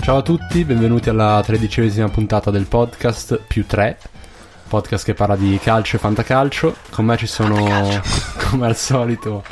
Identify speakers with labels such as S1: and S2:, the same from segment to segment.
S1: Ciao a tutti, benvenuti alla tredicesima puntata del podcast più 3, podcast che parla di calcio e fantacalcio. Con me ci sono, come al solito,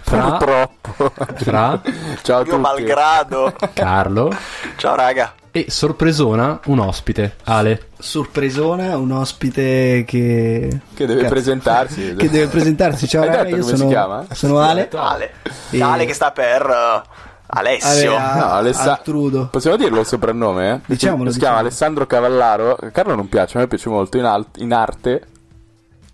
S1: Fra,
S2: Purtroppo.
S1: Fra,
S2: Ciao a
S3: Mio
S2: tutti.
S3: malgrado.
S1: Carlo
S3: Ciao raga.
S1: e sorpresona un ospite, Ale.
S4: sorpresona, un ospite che,
S2: Che deve
S4: Cazzo.
S2: presentarsi.
S4: che deve presentarsi. Ciao,
S2: Hai
S4: raga,
S2: detto
S4: io
S2: come
S4: sono,
S2: si chiama?
S4: sono Ale.
S3: Ale.
S4: E-
S3: Ale che sta per eh, Alessio.
S4: Ale- ah,
S2: No, Alessa-
S4: Altrudo.
S2: Possiamo dirlo il soprannome? Eh?
S4: Diciamolo,
S2: Si chiama
S4: diciamolo.
S2: Alessandro Cavallaro. Carlo non piace, a me piace molto. In, alt- in arte,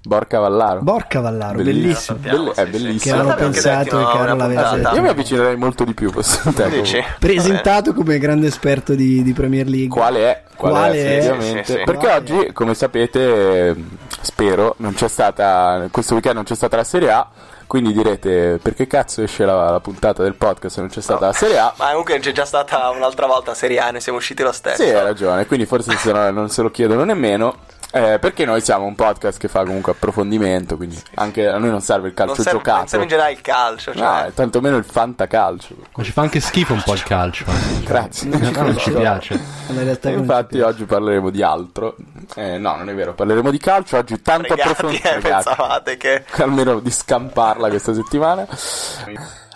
S2: Bor Cavallaro.
S4: Borca Vallaro, bellissimo.
S3: Sappiamo,
S2: Belle-
S3: sì,
S2: è
S3: sì.
S4: Che
S2: bellissimo.
S4: avevo
S3: Guardate, anche
S4: pensato
S3: detti,
S4: che
S3: no,
S4: Carlo
S3: una
S4: l'avesse
S3: puntata.
S4: detto.
S2: Io mi avvicinerei molto di più. questo tempo.
S3: Dici?
S4: Presentato come grande esperto di, di Premier League.
S2: Quale è? Qual
S4: Quale è?
S2: effettivamente?
S3: Sì, sì, sì.
S2: Perché
S4: Quale
S2: oggi, come sapete, mh, spero, non c'è stata. Questo weekend non c'è stata la Serie A. Quindi direte: perché cazzo esce la, la puntata del podcast se non c'è stata la Serie A?
S3: Ma comunque c'è già stata un'altra volta Serie A, ne siamo usciti lo stesso.
S2: Sì, hai ragione, quindi forse se no non se lo chiedono nemmeno. eh, perché noi siamo un podcast che fa comunque approfondimento, quindi anche a noi non serve il calcio
S3: non serve, non
S2: giocato.
S3: serve in generale il calcio, cioè.
S2: No, tantomeno il fantacalcio.
S1: Ma ci fa anche schifo un po' il calcio. eh.
S2: Grazie.
S1: No, non ci piace.
S4: Alla realtà
S2: E
S4: non
S2: infatti
S4: ci
S2: oggi parleremo di altro. Eh, no, non è vero, parleremo di calcio. Oggi tanto
S3: Fregati, eh,
S2: approfondimento.
S3: pensavate che
S2: almeno di scamparla questa settimana.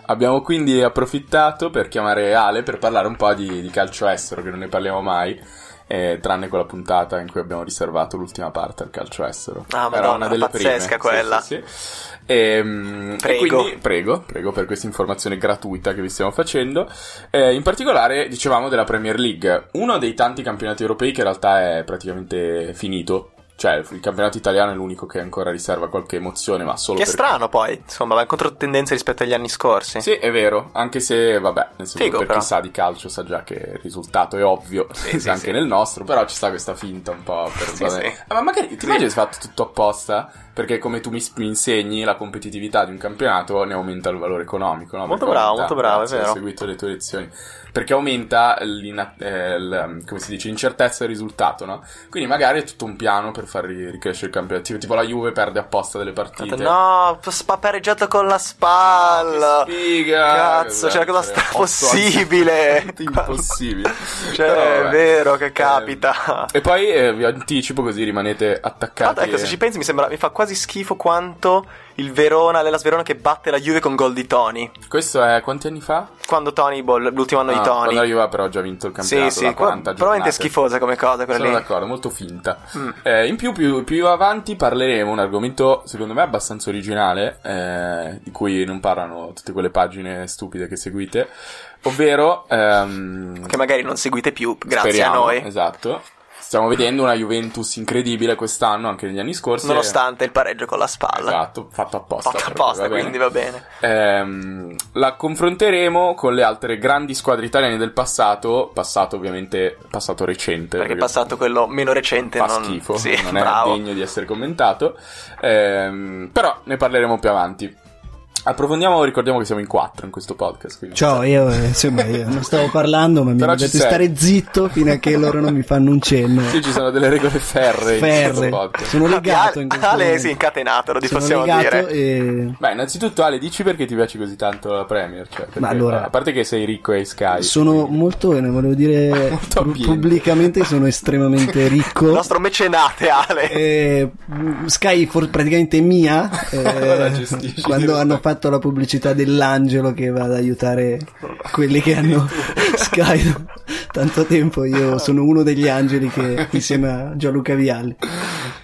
S2: Abbiamo quindi approfittato per chiamare Ale per parlare un po' di, di calcio estero, che non ne parliamo mai, eh, tranne quella puntata in cui abbiamo riservato l'ultima parte al calcio estero.
S3: Ah, Madonna, pazzesca quella.
S2: sì, sì. Ehm, e
S3: Prego.
S2: quindi- prego, prego per questa informazione gratuita che vi stiamo facendo. Eh, in particolare dicevamo della Premier League, uno dei tanti campionati europei che in realtà è praticamente finito. Cioè, il campionato italiano è l'unico che ancora riserva qualche emozione, ma solo
S3: Che
S2: per-
S3: strano poi, insomma, va in controtendenza rispetto agli anni scorsi.
S2: Sì, è vero, anche se, vabbè, nel senso,
S3: Figo,
S2: per
S3: però.
S2: chi sa di calcio sa già che il risultato è ovvio,
S3: Sì, sì,
S2: anche
S3: sì.
S2: nel nostro, però ci sta questa finta un po' per...
S3: Sì,
S2: vabbè.
S3: sì.
S2: Ah, ma magari, ti immagini se fatto tutto apposta? Perché come tu mi, mi insegni, la competitività di un campionato ne aumenta il valore economico, no?
S3: Molto
S2: Perché
S3: bravo,
S2: aumenta-
S3: molto bravo, è
S2: grazie,
S3: vero.
S2: Ho seguito le tue lezioni. Perché aumenta l'ina- eh, l- come si dice, l'incertezza del risultato, no? Quindi magari è tutto un piano per far ri- ricrescere il campionato. Tipo, tipo la Juve perde apposta delle partite.
S3: No, spapareggiato con la spalla.
S2: Che sfiga! esatto, eh,
S3: Cazzo, cioè, cosa sta
S2: Otto
S3: possibile?
S2: anni. impossibile.
S3: Cioè,
S2: Però vabbè.
S3: è vero che
S2: Eh,
S3: capita.
S2: e poi eh, vi anticipo così rimanete attaccati.
S3: Guarda, ecco, se ci pensi mi sembra mi fa quasi schifo quanto il Verona, l'Elas Verona che batte la Juve con gol di Tony.
S2: eh. Questo è quanti anni fa?
S3: Quando Tony Ball, l'ultimo anno
S2: Ah,
S3: di
S2: Quando
S3: Tony.
S2: arriva però ha già vinto il campionato
S3: Sì, sì,
S2: da 40
S3: qua-
S2: giornate.
S3: probabilmente è schifosa come cosa quella
S2: Sono
S3: lì. Mm.
S2: d'accordo, molto finta. Eh, in più, più, più avanti parleremo un argomento, secondo me, abbastanza originale, eh, di cui non parlano tutte quelle pagine stupide che seguite, ovvero... ehm,
S3: Che magari non seguite più, grazie
S2: Speriamo,
S3: a noi.
S2: Esatto. Stiamo vedendo una Juventus incredibile quest'anno, anche negli anni scorsi.
S3: Nonostante il pareggio con la spalla.
S2: Esatto, fatto apposta.
S3: Fatto
S2: proprio,
S3: apposta,
S2: bene.
S3: quindi va bene.
S2: Ehm, la confronteremo con le altre grandi squadre italiane del passato, passato ovviamente, passato recente.
S3: Perché è passato quello meno recente.
S2: fa
S3: non...
S2: schifo,
S3: Sì,
S2: non è
S3: bravo.
S2: degno di essere commentato. Ehm, però ne parleremo più avanti. Approfondiamo, ricordiamo che siamo in quattro in questo podcast. quindi-
S4: Ciao, io eh, insomma io non stavo parlando, ma mi
S2: Però
S4: hanno
S2: ci
S4: detto di
S2: sei.
S4: stare zitto fino a che loro non mi fanno un cenno.
S2: Sì, ci sono delle regole ferre in questo
S4: Ferre.
S2: podcast.
S4: Sono legato
S3: Ale-
S4: in questo
S3: Ale
S4: momento.
S3: si è incatenato, lo
S4: Sono
S3: possiamo
S4: legato
S3: dire.
S4: e
S2: Beh, innanzitutto Ale, dici perché ti piace così tanto la Premier? Cioè, perché-
S4: Ma allora-
S2: a parte che sei ricco e hai Sky.
S4: sono molto, ne volevo dire
S2: Molto ambiente.
S4: pubblicamente, sono estremamente
S3: Il
S4: ricco.
S3: nostro mecenate, Ale.
S4: Eh, mh, Sky for- praticamente mia eh,
S2: Guarda, gestisci
S4: quando
S2: direttamente.
S4: hanno fatto la pubblicità dell'angelo che va ad aiutare quelli che hanno Sky da tanto tempo io sono uno degli angeli che insieme a Gianluca Vialli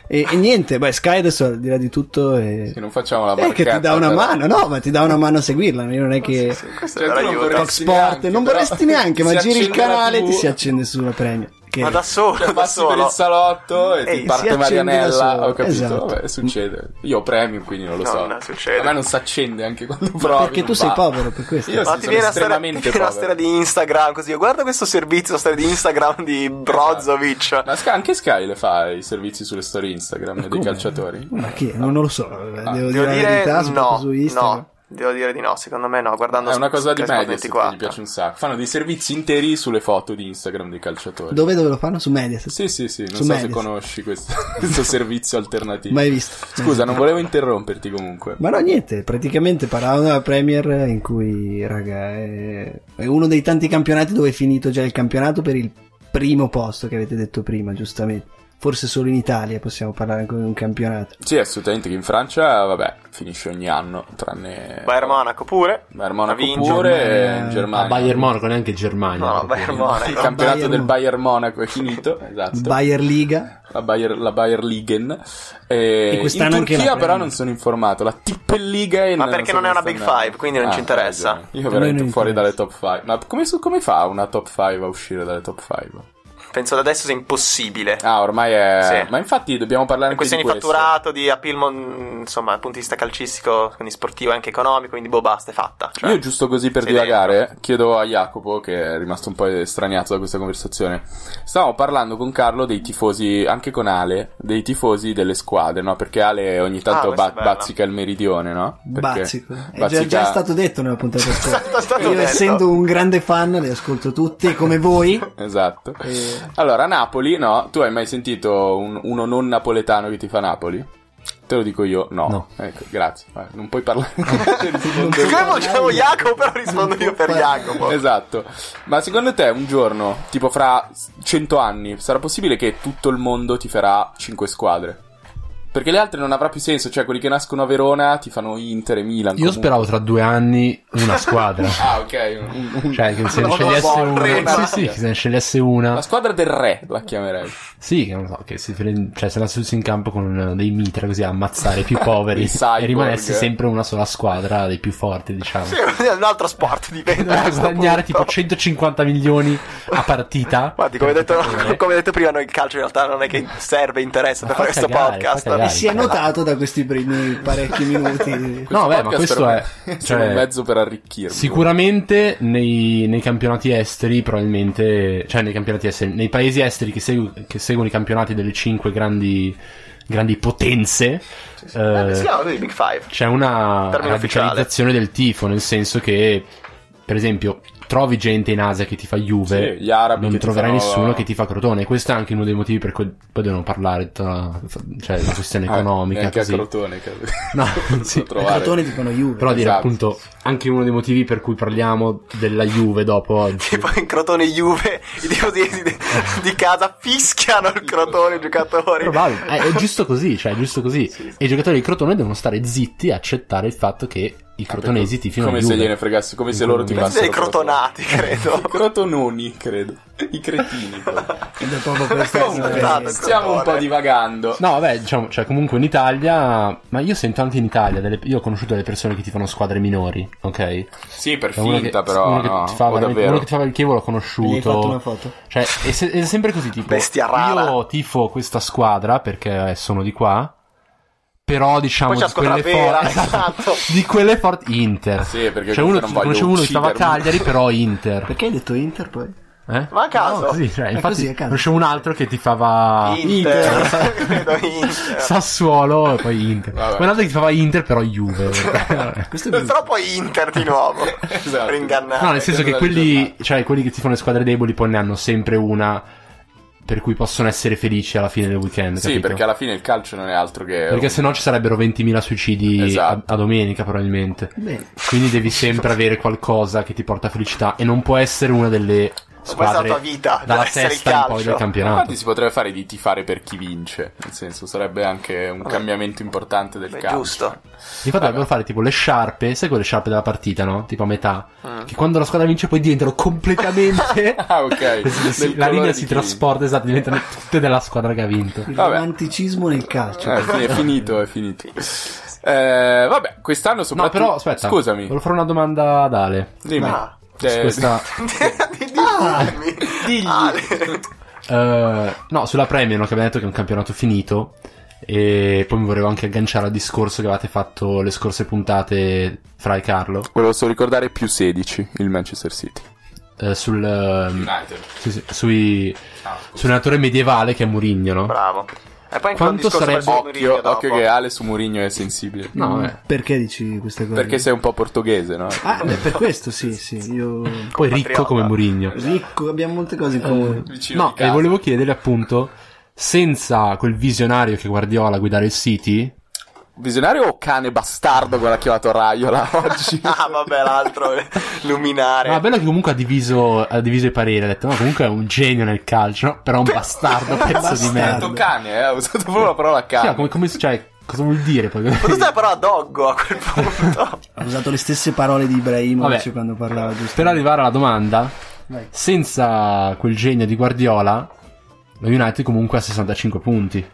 S4: e, e niente beh Sky adesso al di là di tutto è,
S2: Che non facciamo la
S4: è
S2: marchetta.
S4: Eh, che ti dà una
S2: però.
S4: mano no ma ti dà una mano a seguirla io non è che
S3: Questo
S2: Cioè,
S3: è
S2: tu non
S3: vero aiuto.
S2: vorresti
S4: Fox Sport,
S2: neanche,
S4: non
S2: però
S4: vorresti neanche ma
S2: si
S4: giri il
S2: accende la
S4: canale e
S2: TV,
S4: ti si accende sulla premia che
S3: Ma da solo,
S2: cioè,
S3: da
S2: passi per
S3: solo.
S2: il salotto e
S3: Ehi,
S2: ti
S3: si
S2: parte
S4: Eh, accende da
S2: Marianella.
S4: solo.
S2: Ho capito.
S4: Esatto.
S2: Vabbè, succede. Io ho premium, quindi non lo
S3: No,
S2: so.
S3: no, succede.
S2: A me non si accende anche quando provi.
S4: perché tu
S2: non
S4: sei
S2: va.
S4: povero, per questo.
S2: Io
S3: Ma
S2: sì,
S3: ti
S2: sono
S3: viene la storia, ti
S2: estremamente
S3: viene la storia
S2: povero.
S3: di Instagram così, guarda questo servizio, la storia di Instagram di Brozovic.
S2: Ma Sky- anche Sky le fa i servizi sulle storie Instagram dei calciatori. Eh, Ah,
S4: ma che non lo so eh, devo
S3: Devo
S4: dire la
S3: dire
S4: verità soprattutto
S3: no,
S4: su Instagram
S3: no. Devo dire di no, secondo me no, guardando
S2: È una cosa di
S3: Sky Sport
S2: Mediaset che gli piace un sacco. Fanno dei servizi interi sulle foto di Instagram dei calciatori.
S4: Dove, dove lo fanno? Su Mediaset.
S2: Sì, sì, sì, non
S4: Su
S2: so se
S4: Mediaset.
S2: conosci questo, questo servizio alternativo.
S4: Mai visto. Eh.
S2: Scusa, non volevo interromperti comunque.
S4: Ma no, niente, praticamente parlavamo della Premier in cui, raga, è, è uno dei tanti campionati dove è finito già il campionato per il primo posto che avete detto prima, giustamente. Forse solo in Italia possiamo parlare ancora di un campionato.
S2: Sì, assolutamente, che in Francia, vabbè, finisce ogni anno, tranne...
S3: Bayern Monaco pure.
S2: Bayern Monaco
S3: Ha vinto.
S2: pure, in Germania.
S4: Ah,
S1: A Bayern Monaco, neanche Germania.
S3: No,
S1: proprio.
S3: Bayern
S2: Il
S3: Monaco.
S2: campionato
S4: Bayern-
S2: del Bayern Monaco è finito, esatto.
S4: Bayer Liga,
S2: la Bayer, la Bayer Ligen. E
S4: E quest'anno
S2: in
S4: anche la
S2: Turchia
S4: Premier.
S2: però non sono informato, la Tippelliga
S3: Ma perché non è una Big Five, quindi non ci interessa.
S2: Ah, Io
S4: noi
S2: veramente
S4: non
S2: fuori dalle
S4: interessa.
S2: top 5. Ma come, su- come fa una top 5 a uscire dalle top 5?
S3: Penso da adesso sia impossibile.
S2: Ah, ormai è
S3: Sì.
S2: Ma infatti dobbiamo parlare
S3: Le
S2: anche di
S3: questioni di
S2: questo.
S3: fatturato, di appeal, mon- insomma, dal punto di vista calcistico, quindi sportivo e anche economico, quindi boh, basta, è fatta. Cioè,
S2: Io giusto così per
S3: sei
S2: dilagare chiedo a Jacopo, che è rimasto un po' estraniato da questa conversazione. Stavamo parlando con Carlo dei tifosi, anche con Ale, dei tifosi delle squadre, no? Perché Ale ogni tanto
S3: Ah, questa
S2: ba-
S3: è bella.
S2: bazzica il meridione, no? Perché
S4: bazzico. È già-
S2: bazzica-
S4: già, stato detto nella puntata scorsa.
S3: Stato- stato
S4: Io
S3: detto.
S4: essendo un grande fan le ascolto tutte come voi.
S2: Esatto.
S4: E-
S2: Allora, Napoli, no? Tu hai mai sentito un- uno non napoletano che ti fa Napoli? Te lo dico io, no.
S1: No.
S2: Ecco, grazie. Vai, non puoi parlare.
S3: Siccome facciamo Jacopo, però rispondo io per Jacopo.
S2: Esatto, ma secondo te un giorno, tipo fra 100 anni, sarà possibile che tutto il mondo ti farà 5 squadre? Perché le altre non avrà più senso, cioè quelli che nascono a Verona ti fanno Inter e Milan.
S1: Io
S2: comunque.
S1: speravo tra due anni una squadra.
S2: Ah, ok. un- un-
S1: Cioè, che se ne
S2: No,
S1: scegliesse
S2: no,
S1: una. Sì,
S2: no.
S1: sì, che se ne scegliesse una.
S2: La squadra del re la chiamerei.
S1: Sì, che non so, che si prende- cioè, se andasse in campo con eh, dei mitra così a ammazzare i più poveri
S2: I cyborg.
S1: e rimanesse sempre una sola squadra dei più forti, diciamo.
S3: Sì, esatto. è un altro sport, dipende. da
S1: Doveva
S3: questo
S1: guadagnare
S3: punto.
S1: tipo 150 milioni a partita.
S3: Guardi, come ho detto,
S1: Eh,
S3: come ho detto prima, noi il calcio in realtà non è che serve, interessa
S1: Ma
S3: per fare
S1: fa
S3: questo
S1: cagare, fa
S3: podcast.
S1: cagare.
S4: E si è notato da questi primi parecchi minuti.
S1: No, beh, ma
S2: podcast
S1: questo
S2: per-
S1: è-
S2: sono
S1: cioè-
S2: un mezzo per arricchirmi.
S1: Sicuramente nei, nei campionati esteri, probabilmente, cioè nei campionati esteri, nei paesi esteri che, segu- che seguono i campionati delle 5 grandi, grandi potenze,
S3: Eh,
S1: eh,
S3: si chiama così Big Five.
S1: c'è una
S3: Termine
S1: radicalizzazione del tifo, nel senso che, per esempio, trovi gente in Asia che ti fa Juve,
S2: Sì, gli arabi che
S1: non
S2: ti
S1: troverai
S2: fanno-
S1: nessuno che ti fa Crotone. Questo è anche uno dei motivi per cui poi devono parlare tra, cioè, la questione
S2: Ah,
S1: economica.
S2: neanche a
S1: così.
S2: Crotone, credo.
S1: No,
S2: Non
S1: sì.
S2: so
S4: I
S2: trovare.
S4: cartoni dicono Juve.
S1: Però dire
S2: Esatto.
S1: appunto anche uno dei motivi per cui parliamo della Juve dopo oggi.
S3: Tipo in Crotone Juve, i tifosi di, di- di casa fischiano il Crotone, i giocatori.
S1: Probabile. Eh, È, è giusto così, cioè è giusto così. E i giocatori di Crotone devono stare zitti e accettare il fatto che i crotonesi ti fino
S2: Come
S1: alla
S2: se
S1: Juve.
S2: gliene fregasse, come se
S1: In
S2: loro
S1: quel
S2: ti
S1: momento.
S2: passassero.
S3: Dei crotonati, credo.
S2: I crotononi, credo. I cretini. proprio.
S4: Ed è proprio per questo.
S3: Esatto,
S2: Comunque, stiamo un po'
S3: crotone.
S2: divagando.
S1: Eh, No, vabbè, diciamo, cioè comunque in Italia, ma io sento anche in Italia, delle- io ho conosciuto delle persone che ti fanno squadre minori, ok?
S2: Sì, per
S1: Cioè, uno
S2: finta,
S1: che,
S2: però.
S1: uno che
S2: no.
S1: ti fa
S2: O
S1: veramente-
S2: davvero.
S1: uno che ti fa il chievo l'ho
S4: Gli hai fatto una
S1: conosciuto.
S4: foto.
S1: Cioè, è, se- è sempre così, tipo,
S3: Bestia rara.
S1: io tifo questa squadra perché eh, sono di qua, però diciamo
S3: Poi c'è
S1: di
S3: la squadra
S1: quelle,
S3: vera,
S1: for-
S3: esatto.
S1: di quelle forti Inter.
S2: Sì, perché
S1: cioè, uno
S2: comunque non
S1: conoscevo
S2: voglio
S1: uno che stava a
S2: uccidermi.
S1: Cagliari, però Inter.
S4: Perché hai detto Inter poi?
S1: Eh?
S3: Ma a caso?
S1: No, così, cioè,
S4: È
S1: infatti,
S4: così, a caso.
S1: conoscevo un altro che tifava
S3: Inter, credo Inter.
S1: Sassuolo e poi Inter.
S2: Vabbè.
S1: Poi un altro che tifava Inter, però Juve. Perché-
S4: Questo è brutto.
S3: Però poi Inter di nuovo.
S2: Esatto.
S3: Per ingannare.
S1: No, nel senso che
S2: della
S1: quelli,
S2: giornata.
S1: cioè, quelli che ti fanno le squadre deboli poi ne hanno sempre una per cui possono essere felici alla fine del weekend.
S2: Sì,
S1: capito?
S2: perché alla fine il calcio non è altro che.
S1: Perché se no ci sarebbero 20.000 suicidi
S2: Esatto.
S1: a, a domenica probabilmente.
S4: Bene.
S1: Quindi devi sempre avere qualcosa che ti porta felicità e non può essere una delle
S3: questa è
S1: squadre
S3: la tua vita,
S1: dalla
S3: deve essere il
S1: sesta in poi
S3: calcio.
S1: del campionato.
S2: Infatti si potrebbe fare di tifare per chi vince, nel senso sarebbe anche un cambiamento importante del
S3: Beh,
S2: calcio.
S3: giusto.
S1: Infatti dovrebbero fare tipo le sciarpe, sai quelle sciarpe della partita, no? Tipo a metà. Che quando la squadra vince poi diventano completamente...
S2: Ah, ok.
S1: Sì, sì,
S2: Del
S1: la
S2: colore
S1: linea
S2: di
S1: si
S2: chi
S1: trasporta, esatto, diventano tutte della squadra che ha vinto.
S4: Il
S2: Vabbè.
S4: romanticismo nel calcio.
S2: Eh, sì, è finito, è finito. Eh, vabbè, quest'anno
S1: No,
S2: soprattutto...
S1: però aspetta,
S2: Scusami,
S1: volevo fare una domanda ad Ale.
S2: dimmi.
S3: Ah.
S1: Su
S2: Eh,
S1: questa- Ah.
S3: Di- Dimmi.
S2: Digli.
S3: Ale.
S1: eh, no, sulla Premier, no, che abbiamo detto che è un campionato finito. E poi mi volevo anche agganciare al discorso che avevate fatto le scorse puntate fra e Carlo.
S2: Volevo solo ricordare più 16 il Manchester City.
S1: eh, sul, ehm,
S2: United. Ah,
S1: sì, sì, sui, sull'allenatore medievale che è Mourinho, no?
S3: Bravo. E poi anche
S1: Quanto
S3: un discorso
S1: sarebbe-
S3: verso Mourinho
S2: Occhio,
S3: dopo.
S2: occhio che Ale su Murigno è sensibile. Mm.
S1: No, vabbè.
S4: Perché dici queste cose?
S2: Perché sei un po' portoghese, no?
S4: Ah, beh, per questo sì, sì, io...
S1: Poi ricco
S3: Compatriota.
S1: come Murigno.
S4: Ricco, abbiamo molte cose in comune.
S2: Vicino
S1: No,
S2: di
S1: e
S2: casa.
S1: volevo chiedere appunto, senza quel visionario che Guardiola a guidare il City,
S2: Visionario o cane bastardo quello ha chiamato Raiola oggi?
S3: Ah, vabbè, l'altro eh, luminare.
S1: ma bello che comunque ha diviso, ha diviso i pareri, ha detto no, comunque è un genio nel calcio, no? però è un bastardo, pezzo di
S4: Bastardo.
S2: Ha
S1: merda.
S2: detto cane, eh, ha usato proprio la parola
S1: Sì,
S2: cane.
S1: ma come, come- cioè, cosa vuol dire poi?
S3: Ma tu stai però a doggo a quel punto.
S4: Ha usato le stesse parole di Ibrahimovic
S1: Vabbè.
S4: quando parlava giusto.
S1: Per arrivare alla domanda, senza quel genio di Guardiola, lo United comunque ha 65 punti.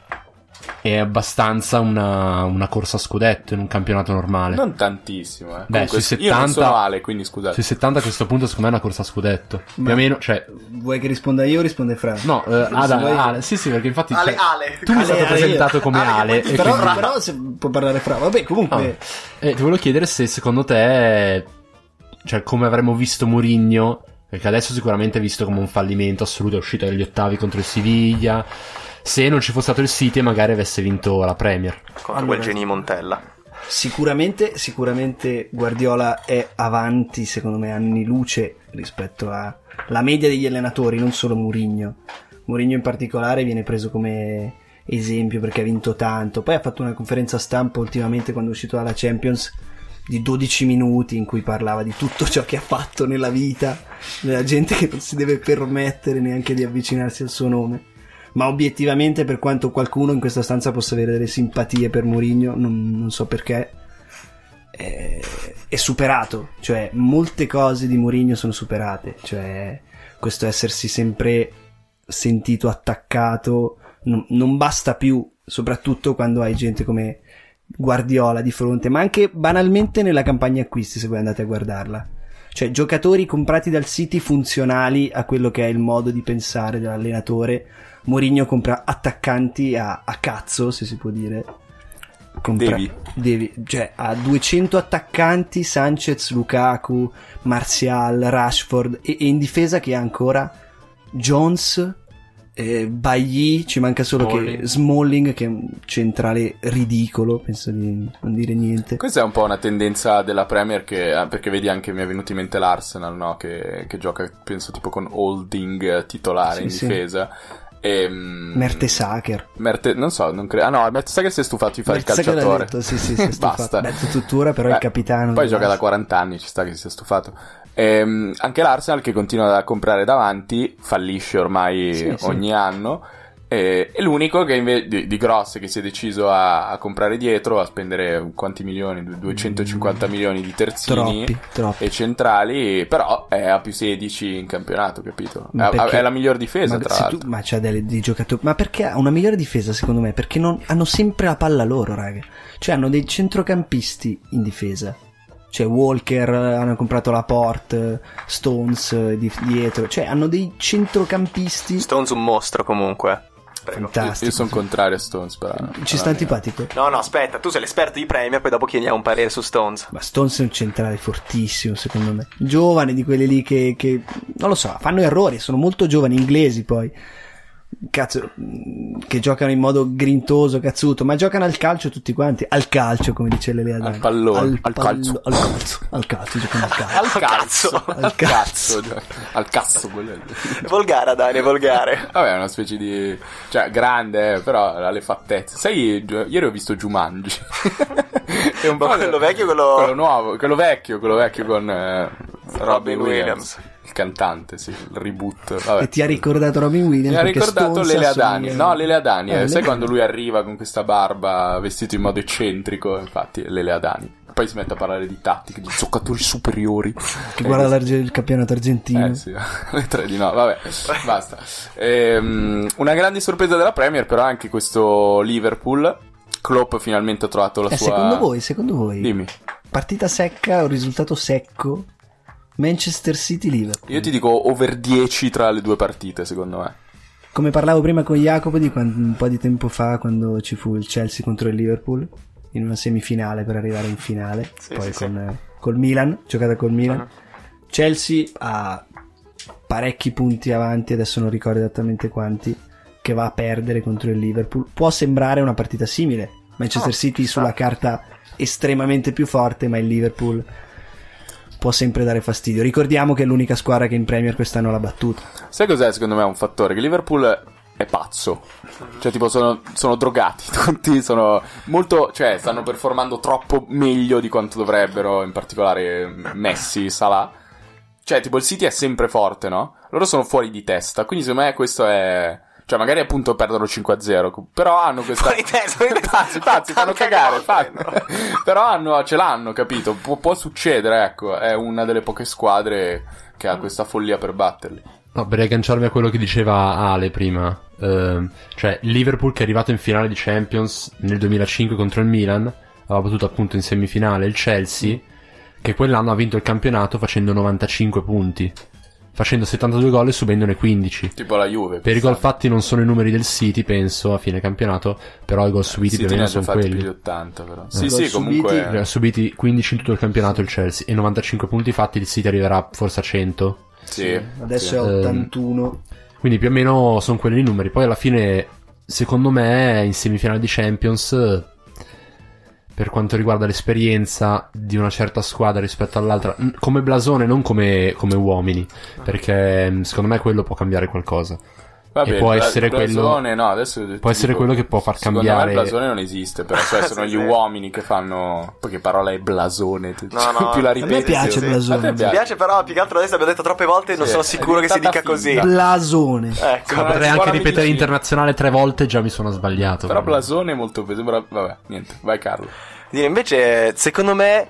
S1: È abbastanza una, una corsa a scudetto in un campionato normale.
S2: Non tantissimo, eh.
S1: Beh,
S2: Comunque,
S1: sui
S2: Io non
S1: 70
S2: sono Ale, quindi scusate.
S1: Sui 70 Cioè, a questo punto secondo me è una corsa a scudetto. Più o meno, cioè...
S4: Vuoi che risponda io o risponde Fra?
S1: No, eh, Ada-
S4: vuoi-
S1: Ale- sì sì perché infatti...
S3: Ale,
S1: cioè,
S3: Ale.
S1: Tu mi
S3: Ale,
S1: sei stato
S4: Ale,
S1: presentato come
S3: Ale,
S1: Ale.
S3: che
S1: e
S4: però,
S1: quindi-
S4: però se può parlare Fra. Vabbè, comunque...
S1: Eh, ti volevo chiedere se secondo te, cioè come avremmo visto Mourinho, perché adesso sicuramente è visto come un fallimento assoluto, è uscito dagli ottavi contro il Siviglia, se non ci fosse stato il City magari avesse vinto la Premier.
S3: Contro
S4: Allora.
S3: quel genio Montella.
S4: Sicuramente, sicuramente Guardiola è avanti, secondo me, anni luce rispetto alla media degli allenatori, non solo Mourinho. Mourinho in particolare viene preso come esempio perché ha vinto tanto. Poi ha fatto una conferenza stampa ultimamente quando è uscito dalla Champions di 12 minuti in cui parlava di tutto ciò che ha fatto nella vita, della gente che non si deve permettere neanche di avvicinarsi al suo nome. Ma obiettivamente, per quanto qualcuno in questa stanza possa avere delle simpatie per Mourinho, non, non so perché, eh, è superato. Cioè, molte cose di Mourinho sono superate. Cioè, questo essersi sempre sentito attaccato non, non basta più, soprattutto quando hai gente come Guardiola di fronte, ma anche banalmente nella campagna acquisti, se voi andate a guardarla. Cioè, giocatori comprati dal City funzionali a quello che è il modo di pensare dell'allenatore. Mourinho compra attaccanti a, a cazzo, se si può dire.
S2: Devi.
S4: devi- Cioè, ha 200 attaccanti, Sanchez, Lukaku, Martial, Rashford e, e in difesa che ha ancora Jones, eh, Bailly, ci manca solo
S1: Smalling.
S4: che Smalling che è un centrale ridicolo, penso di non dire niente.
S2: Questa è un po' una tendenza della Premier che, ah, perché vedi anche, mi è venuto in mente l'Arsenal, no? Che, che gioca, penso, tipo con Holding eh, titolare
S4: Sì,
S2: in
S4: sì.
S2: difesa. Ehm,
S4: Mertesacher.
S2: Merte- non so, non credo. Ah no, Mertesacker si è stufato di fare il
S4: Mertesacker
S2: calciatore.
S4: l'ha detto, sì, sì, si è stufato.
S2: Basta.
S4: Beh, tuttora però è il capitano
S2: Poi
S4: del
S2: gioca da
S4: Barça.
S2: 40 anni, ci sta che si sia stufato. Ehm, anche l'Arsenal che continua a comprare davanti, fallisce ormai
S4: Sì, sì.
S2: ogni anno. E, e l'unico che invece di, di grosse che si è deciso a, a comprare dietro, a spendere quanti milioni? Du- 250 milioni di terzini
S4: Mm, Troppi, troppi.
S2: e centrali, però è a più 16 in campionato, capito?
S4: Ma
S2: È,
S4: perché-
S2: è la miglior difesa,
S4: ma,
S2: tra
S4: se tu-
S2: l'altro.
S4: ma c'ha delle- dei giocatori. Ma perché ha una migliore difesa, secondo me? Perché non, hanno sempre la palla loro, raga. Cioè, hanno dei centrocampisti in difesa. Cioè, Walker, eh, hanno comprato la Port, Stones eh, di- dietro. Cioè, hanno dei centrocampisti.
S3: Stones un mostro comunque. Prego.
S4: Fantastici.
S2: Io sono contrario a Stones, però.
S4: Ci
S2: Ah,
S4: sta antipatico.
S3: No, no, aspetta, tu sei l'esperto di Premier, poi dopo chiediamo un parere su Stones.
S4: Ma Stones è un centrale fortissimo, secondo me. Giovane di quelli lì che, che- non lo so, fanno errori, sono molto giovani, inglesi poi. Cazzo, mh, che giocano in modo grintoso, cazzuto, ma giocano al calcio tutti quanti. Al calcio, come dice Lelea Dani.
S2: pallone, al
S4: pallo-
S2: calcio.
S4: Al calcio, al calcio, giocano al calcio.
S2: Al cazzo, cioè,
S4: Al cazzo.
S2: al cazzo quello. è il-
S3: È volgare, Dani, è volgare.
S2: Vabbè, è una specie di. cioè, grande, eh, però ha le fattezze. Sai, gi- ieri ho visto Jumanji. è un
S3: Ma quello vecchio, quello-
S2: quello nuovo, quello vecchio, quello vecchio con eh, Robin
S3: Robin
S2: Williams.
S3: Williams.
S2: Il cantante, sì, il reboot. Vabbè.
S4: E ti ha ricordato Robin Williams?
S2: Mi ha
S4: perché
S2: ricordato
S4: Stones
S2: Lele
S4: assomiglia-
S2: Adani. No, Lele Adani. eh,
S4: Ah,
S2: sai
S4: Lele-
S2: quando lui arriva con questa barba vestito in modo eccentrico? Infatti, è Lele Adani. Poi si mette a parlare di tattiche, di giocatori superiori.
S4: Che
S2: Eh,
S4: guarda l'arge- il campionato argentino.
S2: eh sì, le tre di no, vabbè, basta. Ehm, una grande sorpresa della Premier, però, è anche questo Liverpool. Klopp finalmente ha trovato la
S4: Eh,
S2: sua.
S4: secondo voi, secondo voi,
S2: Dimmi,
S4: partita secca o risultato secco? Manchester City-Liverpool.
S2: io ti dico over 10 tra le due partite, secondo me.
S4: Come parlavo prima con Jacopo di quan- un po' di tempo fa quando ci fu il Chelsea contro il Liverpool in una semifinale per arrivare in finale,
S3: Sì,
S4: poi
S3: sì, Ah.
S4: con, eh, col Milan, giocata col Milan. Chelsea ha parecchi punti avanti, adesso non ricordo esattamente quanti, che va a perdere contro il Liverpool. Può sembrare una partita simile. Manchester
S2: Ah,
S4: City sulla carta estremamente più forte, ma il Liverpool può sempre dare fastidio. Ricordiamo che è l'unica squadra che in Premier quest'anno l'ha battuta.
S2: Sai cos'è secondo me un fattore? Che Liverpool è pazzo. Cioè, tipo, sono, sono drogati tutti, sono molto. cioè, stanno performando troppo meglio di quanto dovrebbero, in particolare Messi, Salah. Cioè, tipo, il City è sempre forte, no? Loro sono fuori di testa, quindi secondo me questo è. Cioè, magari appunto perdono 5-0, però hanno questa.
S3: Fuori testa, fuori testa.
S2: Pazzi, pazzi, fanno cagare, fanno. però hanno, ce l'hanno, capito? Può, può succedere, ecco. È una delle poche squadre che ha questa follia per batterli.
S1: No, per agganciarmi a quello che diceva Ale prima, ehm, cioè Liverpool che è arrivato in finale di Champions nel 2005 contro il Milan, aveva battuto appunto in semifinale il Chelsea, che quell'anno ha vinto il campionato facendo 95 punti, facendo 72 gol e subendone 15.
S2: Tipo la Juve.
S1: Per i
S2: quest'anno.
S1: gol fatti non sono i numeri del City, penso, a fine campionato, però i gol subiti
S2: Eh, City
S1: più o
S2: ne ha
S1: meno
S2: già
S1: sono
S2: fatti più di
S1: quelli.
S2: 80 però. Sì,
S4: Eh.
S2: sì,
S4: Gol
S1: Ne Ha
S2: comunque
S1: subiti 15 in tutto il campionato il Chelsea e 95 punti fatti il City arriverà forse a 100.
S2: sì.
S4: Adesso
S2: sì.
S4: è
S1: Ehm,
S4: 81.
S1: Quindi più o meno sono quelli i numeri. Poi alla fine, secondo me, in semifinale di Champions, eh, per quanto riguarda l'esperienza di una certa squadra rispetto all'altra, n- come blasone, non come, come uomini, perché mm, secondo me quello può cambiare qualcosa.
S2: Va
S1: e
S2: bene,
S1: può
S2: il
S1: essere
S2: bla- il blasone,
S1: quello-
S2: no, adesso ti
S1: può essere
S2: dico,
S1: quello che può far
S2: Secondo me
S1: cambiare-
S2: il blasone non esiste, però cioè, sono gli
S3: Sì, sì.
S2: uomini che fanno Perché parola è blasone, te-
S3: No, no,
S2: più la
S3: a me
S2: ripeti.
S4: piace
S2: sì.
S4: blasone.
S2: A te
S4: Mi
S3: Mi piace però, più che altro adesso abbiamo detto troppe volte e non
S2: Sì,
S3: sono
S2: è
S3: sicuro che si
S2: diventata
S3: dica così.
S2: finta.
S4: Blasone.
S3: Ecco,
S2: Sono-
S1: Potrei
S2: scuola
S1: anche
S2: mi
S1: ripetere
S2: dici-
S1: internazionale tre volte, già mi sono sbagliato.
S2: Però
S1: quindi.
S2: blasone è molto sembra vabbè, niente, vai Carlo.
S3: Dire, invece, secondo me.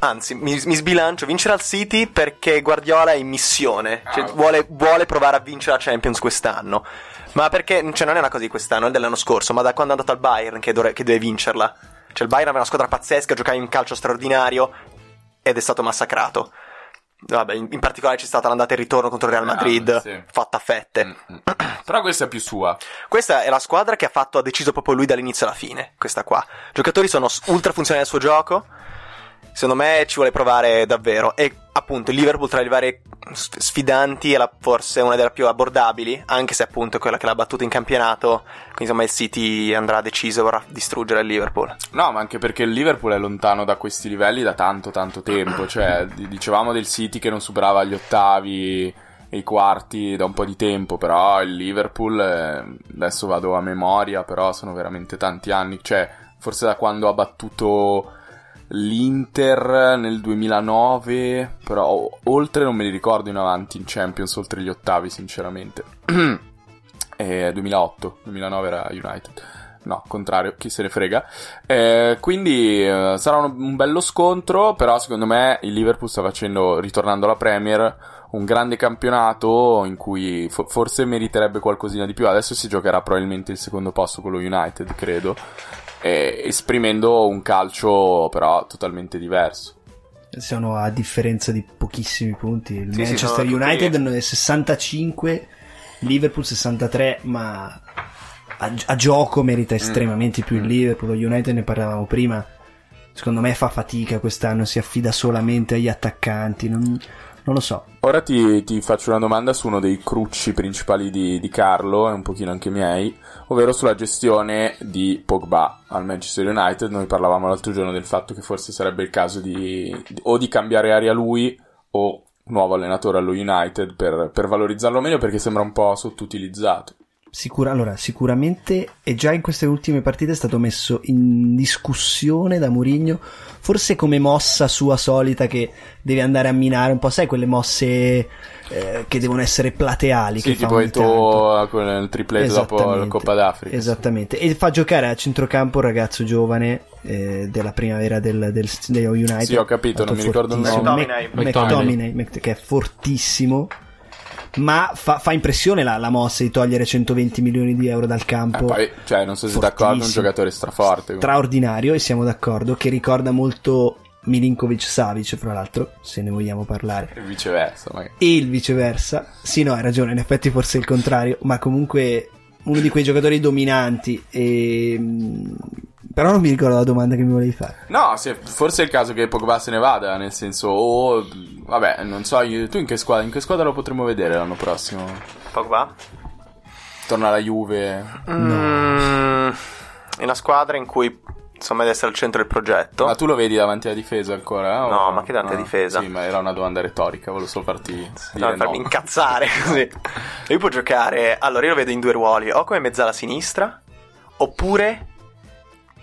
S3: Anzi, mi, mi sbilancio. Vincerà il City perché Guardiola è in missione. Cioè,
S2: Ah, ok.
S3: vuole, vuole provare a vincere la Champions quest'anno. Ma perché, cioè, non è una cosa di quest'anno, è dell'anno scorso, ma da quando è andato al Bayern che, dovre- che deve vincerla. Cioè, il Bayern aveva una squadra pazzesca, giocava in calcio straordinario ed è stato massacrato. Vabbè, in, in particolare c'è stata l'andata e il ritorno contro il Real
S2: Ah,
S3: Madrid,
S2: sì.
S3: fatta a fette.
S2: Mm, mm. Però questa è più sua.
S3: Questa è la squadra che ha fatto, ha deciso proprio lui dall'inizio alla fine, questa qua. I giocatori sono s- ultra funzionali al suo gioco. Secondo me ci vuole provare davvero. E appunto il Liverpool tra le varie s- sfidanti è la- forse una delle più abbordabili, anche se appunto è quella che l'ha battuta in campionato. Quindi insomma il City andrà deciso, vorrà distruggere il Liverpool.
S2: No, ma anche perché il Liverpool è lontano da questi livelli da tanto tanto tempo, cioè di- dicevamo del City che non superava gli ottavi e i quarti da un po' di tempo, però il Liverpool eh, adesso vado a memoria, però sono veramente tanti anni, cioè forse da quando ha battuto l'Inter nel 2009, però o- oltre non me li ricordo in avanti in Champions oltre gli ottavi, sinceramente. Eh, 2008, 2009 era United. No, contrario, chi se ne frega. Eh, quindi eh, sarà un, un bello scontro, però secondo me il Liverpool sta facendo, ritornando alla Premier, un grande campionato in cui fo- forse meriterebbe qualcosina di più. Adesso si giocherà probabilmente il secondo posto con lo United, credo, eh, esprimendo un calcio però totalmente diverso.
S4: Sono a differenza di pochissimi punti. Il
S3: Sì, sì,
S4: Manchester
S3: sono tutti-
S4: United è 65, Liverpool 63, ma a, a gioco merita estremamente più il
S2: Mm.
S4: Liverpool. Lo United ne parlavamo prima. Secondo me fa fatica quest'anno, si affida solamente agli attaccanti. Non, non lo so.
S2: Ora ti, ti faccio una domanda su uno dei crucci principali di, di Carlo e un pochino anche miei, ovvero sulla gestione di Pogba al Manchester United. Noi parlavamo l'altro giorno del fatto che forse sarebbe il caso di, di- o di cambiare aria lui o nuovo allenatore allo United per, per valorizzarlo meglio perché sembra un po' sottoutilizzato.
S4: Sicura- allora, sicuramente, e già in queste ultime partite è stato messo in discussione da Mourinho, forse come mossa sua solita che deve andare a minare un po', sai, quelle mosse eh, che devono essere plateali.
S2: Sì,
S4: che fa
S2: tipo
S4: ogni
S2: il
S4: tanto.
S2: tuo con il tripletto dopo la
S4: Esattamente.
S2: Coppa d'Africa.
S4: Esattamente, e fa giocare a centrocampo un ragazzo giovane eh, della primavera del, del, del United.
S2: Sì, ho capito, non mi ricordo il
S4: fortissimo.
S3: nome.
S4: Mc-
S1: McTominay.
S4: McTominay, Mc- che è fortissimo. Ma fa, fa impressione la, la mossa di togliere 120 milioni di euro dal
S2: Eh,
S4: campo.
S2: poi, cioè, non so se siete d'accordo, un
S4: Fortissimo.
S2: giocatore straforte.
S4: straordinario, e siamo d'accordo, che ricorda molto Milinkovic Savic, fra l'altro, se ne vogliamo parlare.
S2: E viceversa, magari.
S4: E il viceversa. Sì, no, hai ragione, in effetti forse è il contrario, ma comunque uno di quei giocatori dominanti. E... mh, Però non mi ricordo la domanda che mi volevi fare.
S2: No, se- forse è il caso che Pogba se ne vada, nel senso, o vabbè, non so, io- tu in che squadra, in che squadra lo potremmo vedere l'anno prossimo?
S3: Pogba?
S2: Torna alla Juve.
S3: Mm, è una squadra in cui insomma deve essere al centro del progetto.
S2: Ma tu lo vedi davanti alla difesa ancora? eh, o- Ah,
S3: No, ma che davanti alla difesa?
S2: Sì, ma era una domanda retorica, volevo solo farti
S3: No,
S2: dire
S3: per farmi
S2: no.
S3: incazzare così. Lui può giocare. Allora, io lo vedo in due ruoli: o come mezzala sinistra, oppure